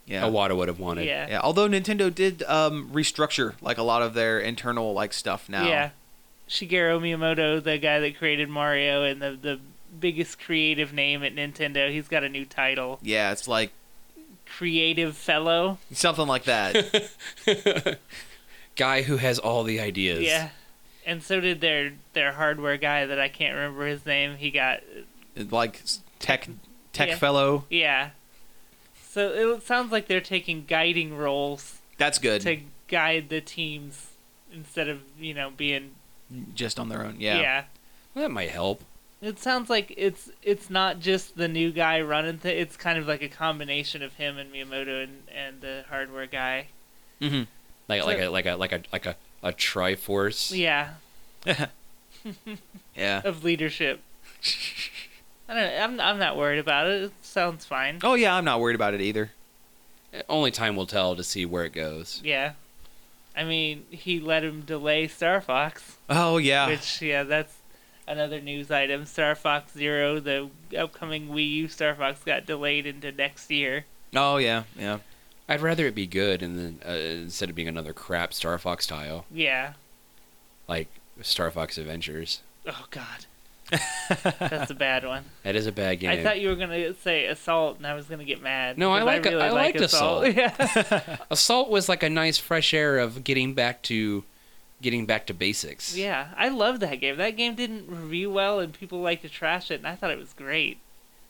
Yeah.
Iwata would have wanted.
Yeah,
Yeah, Although Nintendo did um, restructure like a lot of their internal like stuff now.
yeah. Shigeru Miyamoto, the guy that created Mario and the the biggest creative name at Nintendo, he's got a new title,
Yeah, it's like
creative fellow.
something like that.
Guy who has all the ideas.
Yeah. And so did their their hardware guy that I can't remember his name. He got
like s- tech tech
Yeah.
fellow.
yeah. So it sounds like they're taking guiding roles
That's good.
to guide the teams instead of you know being
Just on their own.
yeah.
Yeah.
Well, that might help.
It sounds like it's it's not just the new guy running. Th- it's kind of like a combination of him and Miyamoto and, and the hardware guy.
hmm
Like like
So-
a like a like a like a, a Triforce.
Yeah,
Yeah.
of leadership. I don't. Know, I'm I'm not worried about it. It sounds fine.
Oh yeah, I'm not worried about it either.
Only time will tell to see where it goes.
Yeah, I mean he let him delay Star Fox,
Oh yeah.
which yeah that's another news item. Star Fox Zero, the upcoming Wii U Star Fox, got delayed into next year.
Oh yeah. Yeah.
I'd rather it be good and then uh, instead of being another crap Star Fox tile
Yeah.
like Star Fox Adventures.
Oh God. that's a bad one.
That is a bad game.
I thought you were gonna say assault, and I was gonna get mad.
No, I
because
like- I liked Assault.
Yeah,
Assault was like a nice fresh air of getting back to getting back to basics.
yeah, I love that game. That game didn't review well, and people like to trash it, and I thought it was great.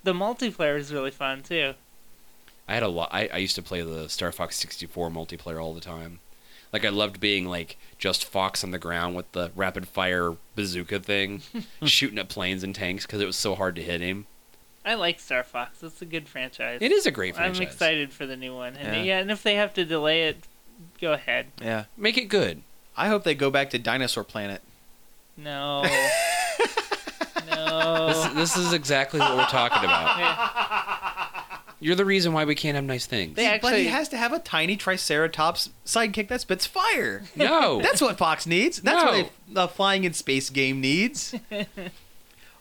The multiplayer is really fun too.
I had a lot. I, I used to play the Star Fox 64 multiplayer all the time. Like I loved being like just Fox on the ground with the rapid fire bazooka thing, shooting at planes and tanks because it was so hard to hit him.
I like Star Fox. It's a good franchise.
It is a great franchise.
I'm excited for the new one, and
Yeah.
yeah. and if they have to delay it, go ahead.
Yeah.
Make it good.
I hope they go back to Dinosaur Planet.
No, Oh,
This, this is exactly what we're talking about. You're the reason why we can't have nice things.
They
but he
actually-
has to have a tiny Triceratops sidekick that spits fire.
No.
That's what Fox needs. That's what a, a flying in space game needs.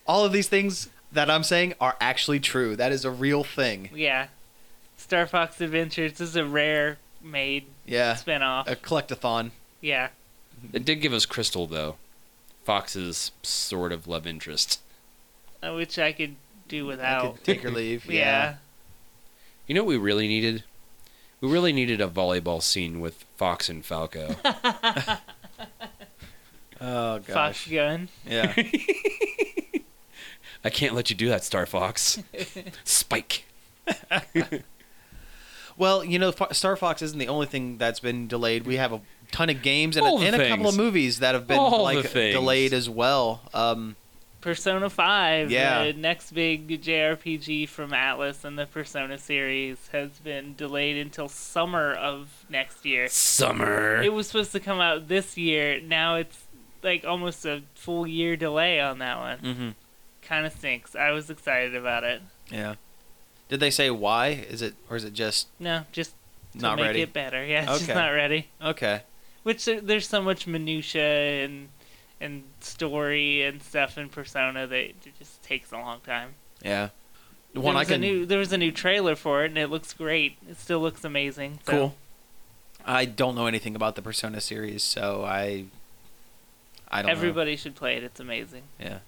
All of these things that I'm saying are actually true. That is a real thing.
yeah. Star Fox Adventures is a rare made
Yeah.
spinoff.
A collectathon.
Yeah.
it did give us Crystal though. Fox's sort of love interest.
Uh, which I could do
I
without.
could take or leave.
yeah.
You know what we really needed? We really needed a volleyball scene with Fox and Falco.
Oh
Fox
gosh.
Gun.
Yeah.
I can't let you do that, Star Fox. Spike.
Well, you know, Fo- Star Fox isn't the only thing that's been delayed. We have a ton of games and, a,
All the
and a couple of
things.
movies that have been
All the
like
things.
delayed as well. Um,
Persona 5,
Yeah.
the next big JRPG from Atlas in the Persona series, has been delayed until summer of next year.
Summer.
It was supposed to come out this year. Now it's like almost a full year delay on that one.
Mm-hmm.
Kind of stinks. I was excited about it.
Yeah. Did they say why? Is it or is it just
No, just to
not
make
ready?
it better. Yeah, it's just
Okay.
not ready.
Okay.
Which there- there's so much minutia and and story and stuff in Persona that it just takes a long time.
Yeah. One
there
I
was a
can
new there was a new trailer for it and it looks great. It still looks amazing. so-
Cool. I don't know anything about the Persona series, so I I don't
Everybody should play it. It's amazing.
know. Yeah.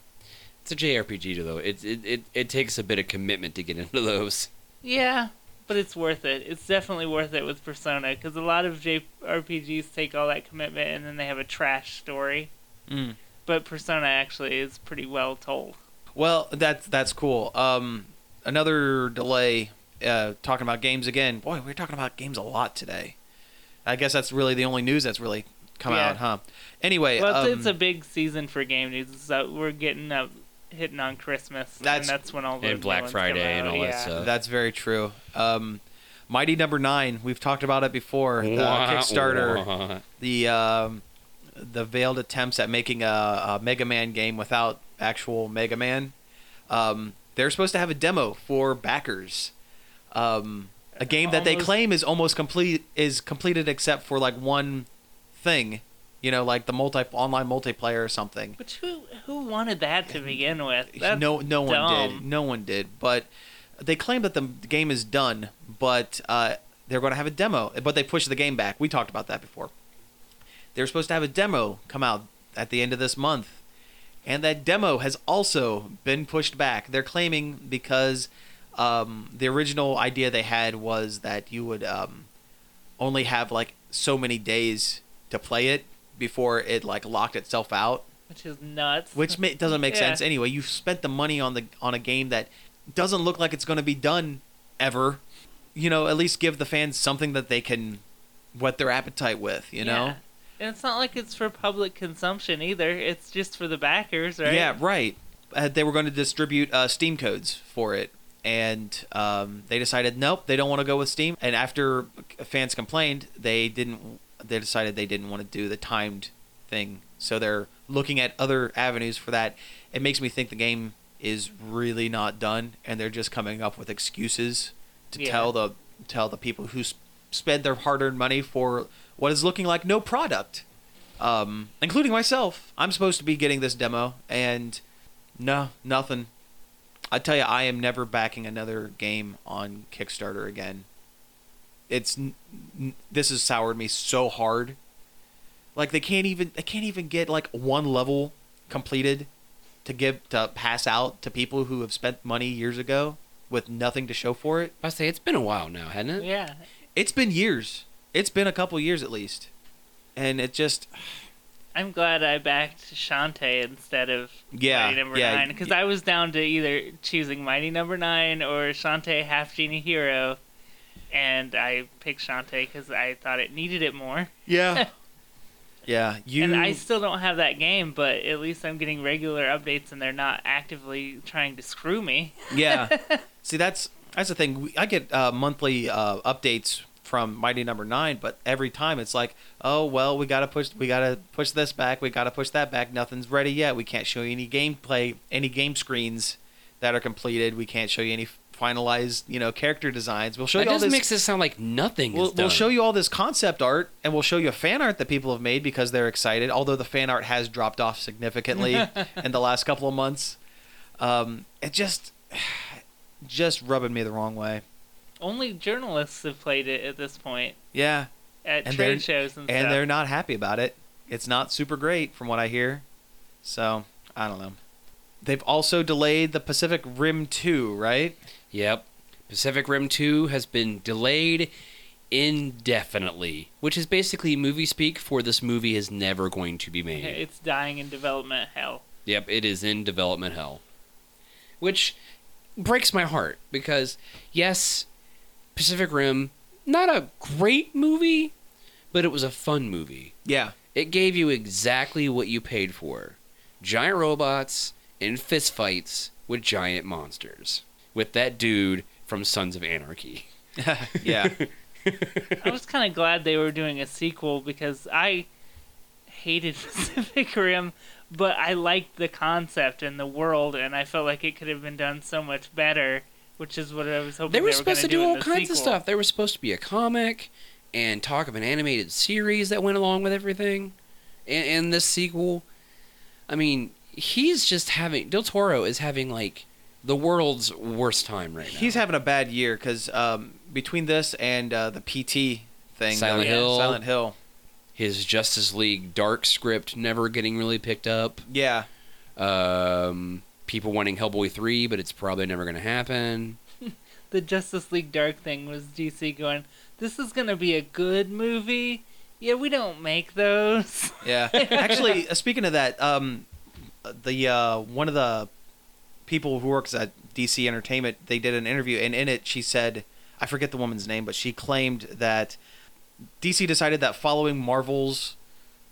It's a JRPG though. It, it it it takes a bit of commitment to get into those.
Yeah, but it's worth it. It's definitely worth it with Persona because a lot of JRPGs take all that commitment and then they have a trash story.
Mm.
But Persona actually is pretty well told.
Well, that's that's cool. Um another delay uh talking about games again. Boy, we're talking about games a lot today. I guess that's really the only news that's really come
Yeah.
out, huh? Anyway,
Well, it's,
um,
it's a big season for game news. So we're getting up, hitting on Christmas,
That's-
and that's when all the
and
new
Black
ones come
Friday and
out,
all that
yeah.
stuff.
That's very true. Um, Mighty Number Nine. We've talked about it before. The
Wah,
Uh, Kickstarter.
wah.
The um, the veiled attempts at making a, a Mega Man game without actual Mega Man. Um, they're supposed to have a demo for backers. Um, a game that they
Almost-
claim is almost complete is completed except for like one thing, you know, like the multi online multiplayer or something.
But who who wanted that to begin with? That's
no, no one did.
dumb.
No one did. But they claim that the game is done, but uh, they're going to have a demo. But they pushed the game back. We talked about that before. They were supposed to have a demo come out at the end of this month, and that demo has also been pushed back. They're claiming because um, the original idea they had was that you would um, only have like so many days to play it before it like locked itself out
Which is nuts.
which ma- doesn't make
Yeah.
sense anyway. You've spent the money on the on a game that doesn't look like it's going to be done ever. You know, at least give the fans something that they can whet their appetite with. You know,
Yeah. And it's not like it's for public consumption either. It's just for the backers, right?
Yeah, right. Uh, they were going to distribute uh, Steam codes for it, and um, they decided nope, they don't want to go with Steam. And after fans complained, they didn't. They decided they didn't want to do the timed thing, so they're looking at other avenues for that. It makes me think the game is really not done, and they're just coming up with excuses to
Yeah.
tell the tell the people who sp- spend their hard-earned money for what is looking like no product um, including myself. I'm supposed to be getting this demo, and no, nothing. I tell you, I am never backing another game on Kickstarter again. It's n- n- this has soured me so hard. Like they can't even they can't even get like one level completed to give to pass out to people who have spent money years ago with nothing to show for it.
I say it's been a while now, hasn't it?
Yeah.
It's been years. It's been a couple years at least. And it just
I'm glad I backed Shantae instead of
Yeah,
Mighty Number
yeah,
Nine because
y-
I was down to either choosing Mighty Number Nine or Shantae Half Genie Hero, and I picked Shantae because I thought it needed it more.
Yeah. yeah. You
And I still don't have that game, but at least I'm getting regular updates and they're not actively trying to screw me.
Yeah. See, that's that's the thing. We, I get uh, monthly uh, updates from Mighty Number Nine, but every time it's like, oh well, we gotta push, we gotta push this back, we gotta push that back. Nothing's ready yet. We can't show you any gameplay, any game screens that are completed. We can't show you any finalized, you know, character designs. We'll show
That
you all
just
this.
makes it sound like nothing
We'll,
is done.
we'll show you all this concept art and we'll show you fan art that people have made because they're excited, although the fan art has dropped off significantly in the last couple of months. Um, it just just rubbing me the wrong way.
Only journalists have played it at this point
Yeah.
at
And they're-
trade shows and,
And
stuff.
they're not happy about it. It's not super great from what I hear. So, I don't know. They've also delayed the Pacific Rim 2, right?
Yep. Pacific Rim 2 has been delayed indefinitely, which is basically movie speak for this movie is never going to be made.
It's dying in development hell.
Yep, it is in development hell. Which breaks my heart because, yes, Pacific Rim, not a great movie, but it was a fun movie.
Yeah.
It gave you exactly what you paid for giant robots and fistfights with giant monsters. With that dude from Sons of Anarchy.
Yeah.
I was kind of glad they were doing a sequel because I hated Pacific Rim, but I liked the concept and the world, and I felt like it could have been done so much better, which is what I was hoping
They
they
were supposed to
gonna
do
in
all
the
kinds of
sequel.
stuff. They were supposed to be a comic and talk of an animated series that went along with everything. And, and this sequel, I mean, he's just having Del Toro is having like the world's worst time right now.
He's having a bad year because um, between this and uh, the PT thing,
Silent
uh,
Hill.
Silent Hill,
his Justice League Dark script never getting really picked up.
yeah,
Um, people wanting Hellboy three, but it's probably never going to happen.
The Justice League Dark thing was DC going, "This is gonna be a good movie." Yeah, we don't make those.
yeah. Actually, uh, speaking of that, um, the uh, one of the people who works at DC Entertainment, they did an interview, and in it, she said, I forget the woman's name, but she claimed that DC decided that following Marvel's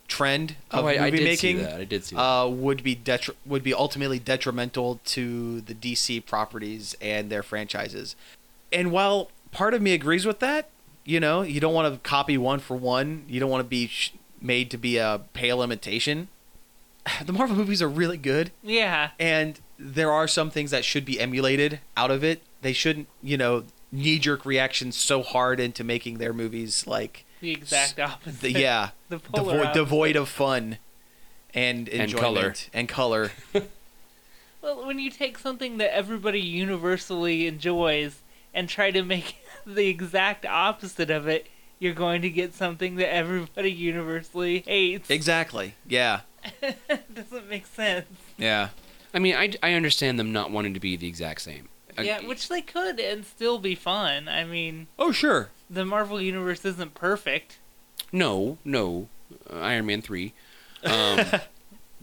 trend of
oh, I,
movie
I did
making,
see that. I did see that.
uh, would be detri- would be ultimately detrimental to the DC properties and their franchises. And while part of me agrees with that, you know, you don't want to copy one for one. You don't want to be sh- made to be a pale imitation. The Marvel movies are really good,
yeah,
and there are some things that should be emulated out of it. They shouldn't, you know, knee jerk reactions so hard into making their movies like,
the exact opposite.
the, yeah,
the polar
devo-
opposite.
devoid of fun and enjoyment and color.
Well, when you take something that everybody universally enjoys and try to make the exact opposite of it, you're going to get something that everybody universally hates.
Exactly. Yeah.
It doesn't make sense.
Yeah.
I mean, I, I understand them not wanting to be the exact same.
Yeah, which they could and still be fun. I mean,
Oh sure.
the Marvel universe isn't perfect.
No, no, uh, Iron Man three. Um,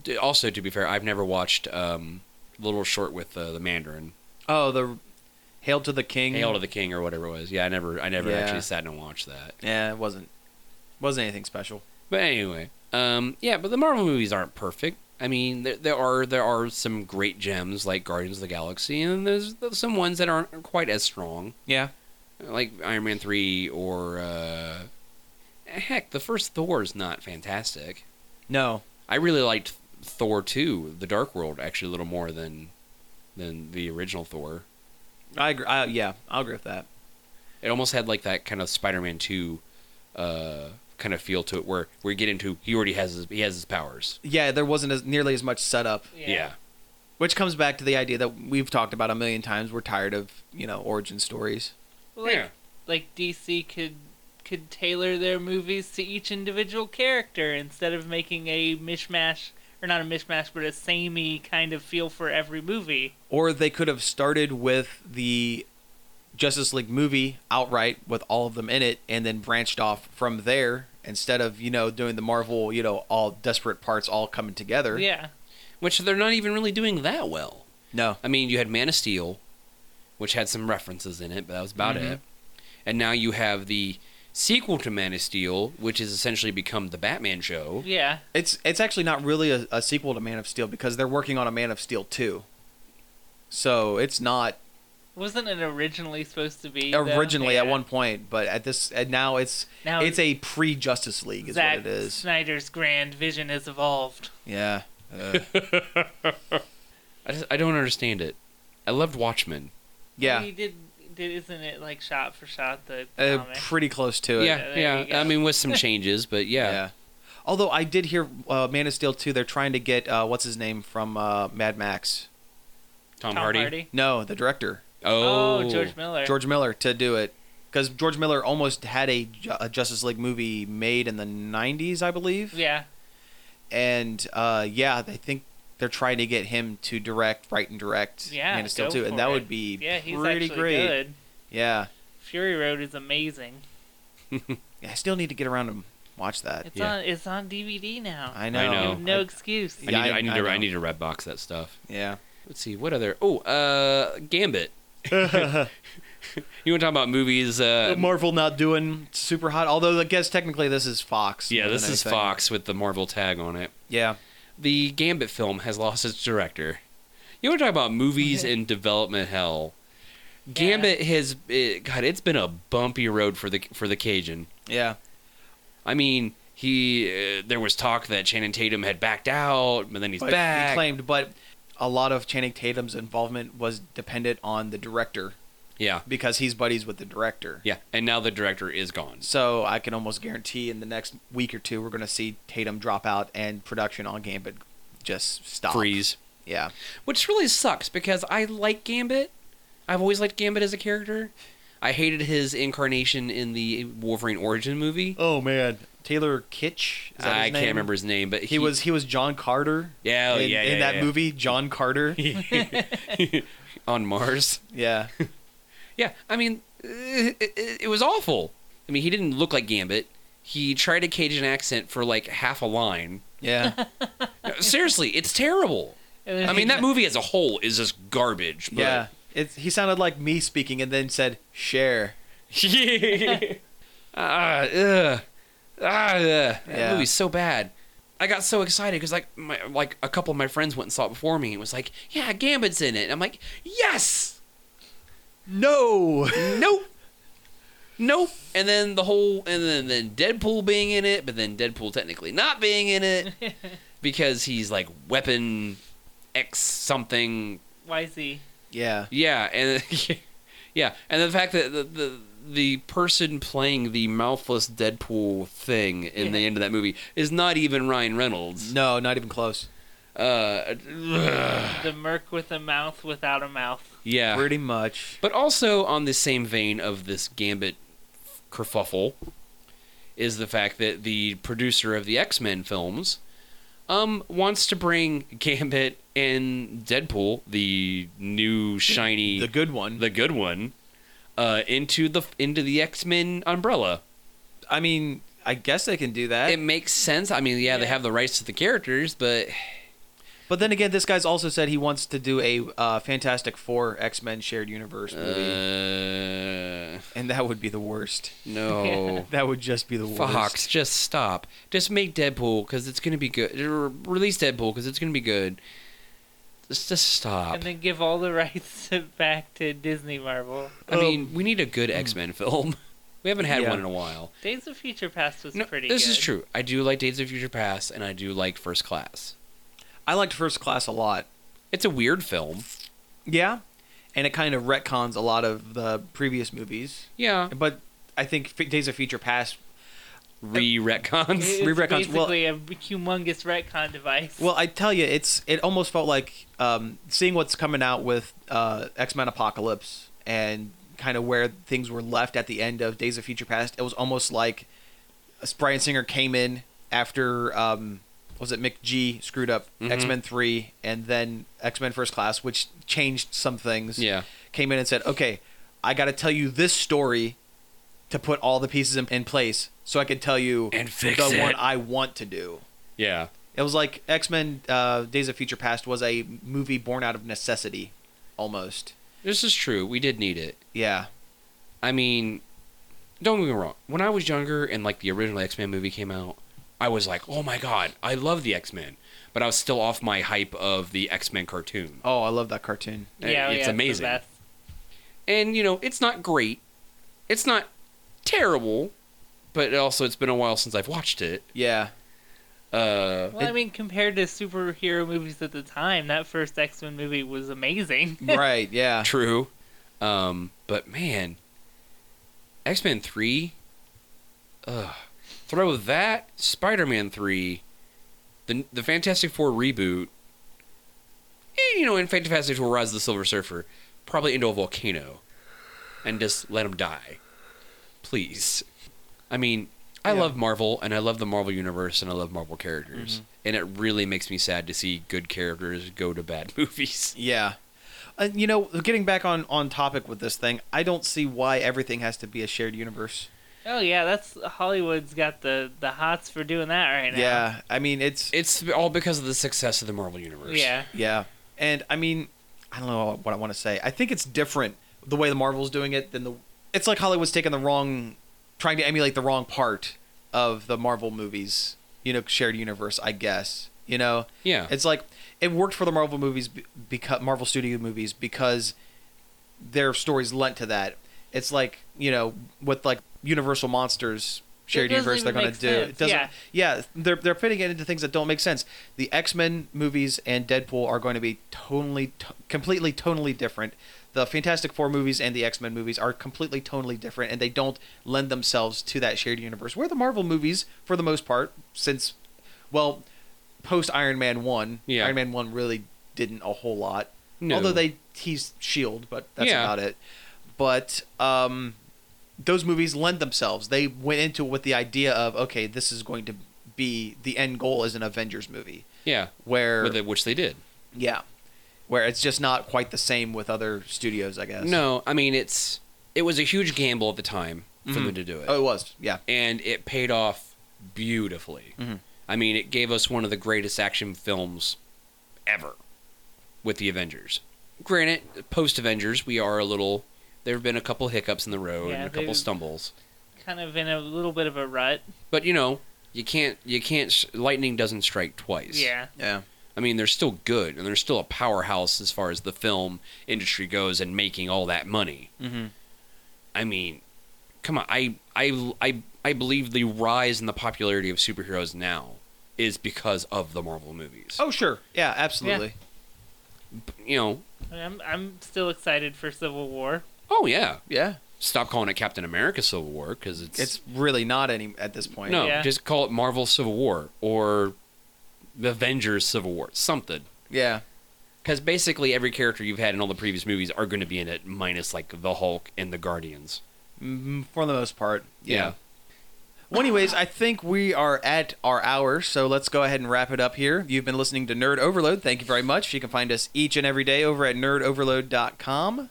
d- also, to be fair, I've never watched um, Little Short with uh, the Mandarin,
Oh the Hail to the King.
Hail to the King, or whatever it was. Yeah, I never, I never
Mm. Yeah.
actually sat and watched that.
Yeah, it wasn't wasn't anything special.
But anyway, um, yeah, but the Marvel movies aren't perfect. I mean, there, there are there are some great gems like Guardians of the Galaxy, and there's some ones that aren't quite as strong,
Yeah.
like Iron Man three or uh, heck, the first Thor is not fantastic.
No.
I really liked Thor 2, The Dark World, actually a little more than than the original Thor.
I agree. I, yeah, I'll agree with that.
It almost had like that kind of Spider-Man 2 uh, kind of feel to it, where we get into he already has his, he has his powers.
Yeah, there wasn't as nearly as much setup, which comes back to the idea that we've talked about a million times. We're tired of you know origin stories.
Well, Like,
Yeah.
like DC could could tailor their movies to each individual character instead of making a mishmash or not a mishmash but a samey kind of feel for every movie.
Or they could have started with the Justice League movie outright with all of them in it, and then branched off from there instead of you know doing the Marvel you know all desperate parts all coming together.
Yeah.
Which they're not even really doing that well.
No.
I mean, you had Man of Steel, which had some references in it, but that was about
Mm-hmm.
it. And now you have the sequel to Man of Steel, which has essentially become the Batman show.
Yeah.
It's it's actually not really a, a sequel to Man of Steel because they're working on a Man of Steel two. So it's not
Wasn't it originally supposed to be? though?
originally at
Yeah.
one point, but at this and now it's
Now-
it's a pre Justice League is
Zack
what it is.
Snyder's grand vision has evolved.
Yeah. Uh,
I just I don't understand it. I loved Watchmen.
yeah.
He did, did. Isn't it like shot for shot the
Uh,
comic?
pretty close to it.
Yeah,
there
yeah.
you go.
I mean, with some changes, but yeah.
Although I did hear uh, Man of Steel 2, they're trying to get uh, what's his name from uh, Mad Max.
Tom,
Tom
Hardy.
Hardy.
No, the director,
Oh,
Oh, George Miller.
George Miller, to do it. Because George Miller almost had a, Ju- a Justice League movie made in the 90s, I believe.
Yeah.
And uh, yeah, I think they're trying to get him to direct, write and direct
Yeah,
Man of Steel
go
2.
for
And that
it.
would be
Yeah, he's
pretty
actually
great.
good.
Yeah.
Fury Road is amazing.
I still need to get around and watch that.
It's
Yeah.
on. It's on DVD now.
I know.
know.
You have no
I-
excuse.
Yeah,
I need,
I-
I, need
I
to I
know.
need to red box that stuff.
yeah.
Let's see what other. Oh, uh, Gambit. You want to talk about movies? Uh,
Marvel not doing super hot. Although I guess technically this is Fox.
yeah,
more than
this is
anything.
Fox with the Marvel tag on it.
Yeah.
The Gambit film has lost its director. You want to talk about movies in development hell? Gambit has it, God, it's been a bumpy road for the for the Cajun.
Yeah.
I mean, he uh, there was talk that Shannon Tatum had backed out, but then he's
But he
back.
claimed, but a lot of Channing Tatum's involvement was dependent on the director
yeah,
because he's buddies with the director.
yeah, and now the director is gone.
So I can almost guarantee in the next week or two we're going to see Tatum drop out and production on Gambit just stop.
Freeze,
Yeah.
which really sucks because I like Gambit. I've always liked Gambit as a character. I hated his incarnation in the Wolverine origin movie.
Oh man, Taylor Kitsch. Is that
I
his
can't
name?
remember his name, but he,
He was he was John Carter.
Yeah, oh,
in,
yeah,
in
yeah,
that
yeah.
movie, John Carter.
on Mars.
yeah.
Yeah, I mean, uh, it, it, it was awful. I mean, he didn't look like Gambit. He tried a Cajun accent for like half a line.
Yeah.
No, Seriously, it's terrible.
And there's
I mean,
even-
that movie as a whole is just garbage. But
Yeah. It's, he sounded like me speaking and then said, share.
Yeah. Ah, ugh. Ah, ugh.
Yeah.
That movie's so bad. I got so excited because like my like a couple of my friends went and saw it before me and was like, "Yeah, Gambit's in it." And I'm like, "Yes,
No.
nope, nope." And then the whole and then then Deadpool being in it, but then Deadpool technically not being in it because he's like Weapon X something
YZ.
yeah.
Yeah, and yeah, and the fact that the, the the person playing the mouthless Deadpool thing in the
Yeah.
end of that movie is not even Ryan Reynolds.
No, not even close.
Uh, ugh,
The merc with a mouth without a mouth.
yeah.
Pretty much.
But also on the same vein of this Gambit kerfuffle is the fact that the producer of the X-Men films um wants to bring Gambit and Deadpool, the new shiny
The good one.
the good one uh, into the into the X Men umbrella.
I mean, I guess they can do that.
It makes sense. I mean, yeah, they have the rights to the characters, but
but then again, this guy's also said he wants to do a uh, Fantastic Four X Men shared universe movie,
uh,
and that would be the worst.
no.
That would just be the worst.
Fox, just stop. Just make Deadpool because it's gonna be good. Or Release Deadpool because it's gonna be good. Just, just stop.
And then give all the rights to- back to Disney Marvel.
I mean, we need a good X Men film. We haven't had
Yeah.
one in a while.
Days of Future Past was
No,
pretty
this is
good.
true. I do like Days of Future Past, and I do like First Class.
I liked First Class a lot.
It's a weird film.
Yeah, and it kind of retcons a lot of the previous movies.
Yeah,
But I think F- Days of Future Past.
re retcons.
It's
Re-retcons- well-
basically a humongous retcon device.
Well, I tell you, it's it almost felt like um, seeing what's coming out with uh, X Men Apocalypse and kind of where things were left at the end of Days of Future Past. It was almost like Brian Singer came in after um, was it McG screwed up
Mm-hmm.
X Men Three and then X Men First Class, which changed some things.
Yeah.
came in and said, "Okay, I got to tell you this story." To put all the pieces in, in place, so I can tell you
And fix
the
it."
one I want to do.
Yeah.
It was like X Men: uh, Days of Future Past was a movie born out of necessity, almost.
This is true. We did need it.
Yeah,
I mean, don't get me wrong. When I was younger and like the original X Men movie came out, I was like, oh my god, I love the X Men. But I was still off my hype of the X Men cartoon.
Oh, I love that cartoon.
yeah,
it's
yeah, the
amazing.
best.
And you know, it's not great. It's not terrible, but also it's been a while since I've watched it.
Yeah.
Uh,
Well, I mean, compared to superhero movies at the time, that first X Men movie was amazing.
Right. Yeah.
True. Um, but man, X Men three. Ugh. Throw that Spider Man three, the the Fantastic Four reboot. eh, you know, and Fantastic Four: Rise of the Silver Surfer, probably into a volcano, and just let them die, please. I mean, I
Yeah.
love Marvel, and I love the Marvel universe, and I love Marvel characters,
Mm-hmm.
and it really makes me sad to see good characters go to bad movies.
Yeah. Uh, you know, getting back on on topic with this thing, I don't see why everything has to be a shared universe.
oh yeah, that's Hollywood's got the the hots for doing that right now.
Yeah. I mean, it's
It's all because of the success of the Marvel universe.
Yeah.
yeah. And I mean, I don't know what I want to say. I think it's different the way the Marvel's doing it than the it's like Hollywood's taking the wrong trying to emulate the wrong part of the Marvel movies, you know, shared universe, I guess. You know,
Yeah.
It's like it worked for the Marvel movies because Marvel Studio movies because their stories lent to that. It's like you know with like Universal monsters shared
doesn't
universe they're
even
gonna
make
do.
sense,
It doesn't.
yeah.
yeah, they're they're fitting it into things that don't make sense. The X Men movies and Deadpool are going to be totally, to- completely, totally different. The Fantastic Four movies and the X Men movies are completely, totally different, and they don't lend themselves to that shared universe. Where the Marvel movies, for the most part, since well, post Iron Man one,
Yeah.
Iron Man one really didn't a whole lot.
No.
Although they teased Shield, E but that's
Yeah.
about it. But um, those movies lend themselves. They went into it with the idea of okay, this is going to be the end goal is an Avengers movie
Yeah,
where
with it- which they did.
yeah, where it's just not quite the same with other studios, I guess.
No, I mean it's it was a huge gamble at the time for
Mm-hmm.
them to do it,
oh, it was yeah,
and it paid off beautifully.
Mm-hmm.
I mean, it gave us one of the greatest action films ever with the Avengers. Granted, post Avengers, we are a little. There have been a couple hiccups in the road
Yeah,
and a couple
they've-
stumbles,
Kind of in a little bit of a rut.
but you know, you can't. You can't. s- Lightning doesn't strike twice.
Yeah.
yeah,
I mean, they're still good and they're still a powerhouse as far as the film industry goes and making all that money.
Mhm.
I mean, come on, I I I I believe the rise in the popularity of superheroes now is because of the Marvel movies.
oh sure, yeah, absolutely.
You know,
I'm I'm still excited for Civil War.
oh yeah,
Yeah,
stop calling it Captain America Civil War because it's
it's really not any at this point.
no,
Yeah.
just call it Marvel Civil War or the Avengers Civil War, something.
yeah,
Because basically every character you've had in all the previous movies are going to be in it, minus like the Hulk and the Guardians.
mm, for the most part,
Yeah.
Well, anyways, I think we are at our hour, so let's go ahead and wrap it up here. You've been listening to Nerd Overload. Thank you very much. You can find us each and every day over at nerdoverload.com.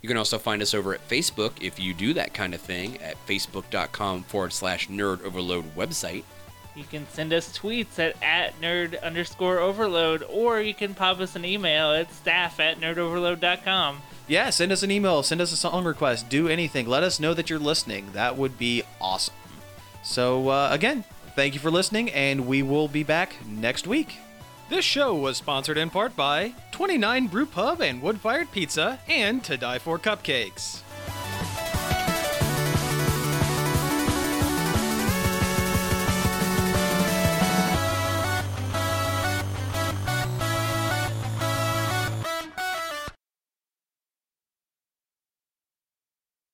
You can also find us over at Facebook if you do that kind of thing at facebook.com forward slash nerd overload website.
You can send us tweets at, at nerd underscore overload, or you can pop us an email at staff at nerdoverload.com.
Yeah, send us an email, send us a song request, do anything. Let us know that you're listening. That would be awesome. So, uh, again, thank you for listening, and we will be back next week.
This show was sponsored in part by 29 Brew Pub and Wood Fired Pizza and To Die For Cupcakes.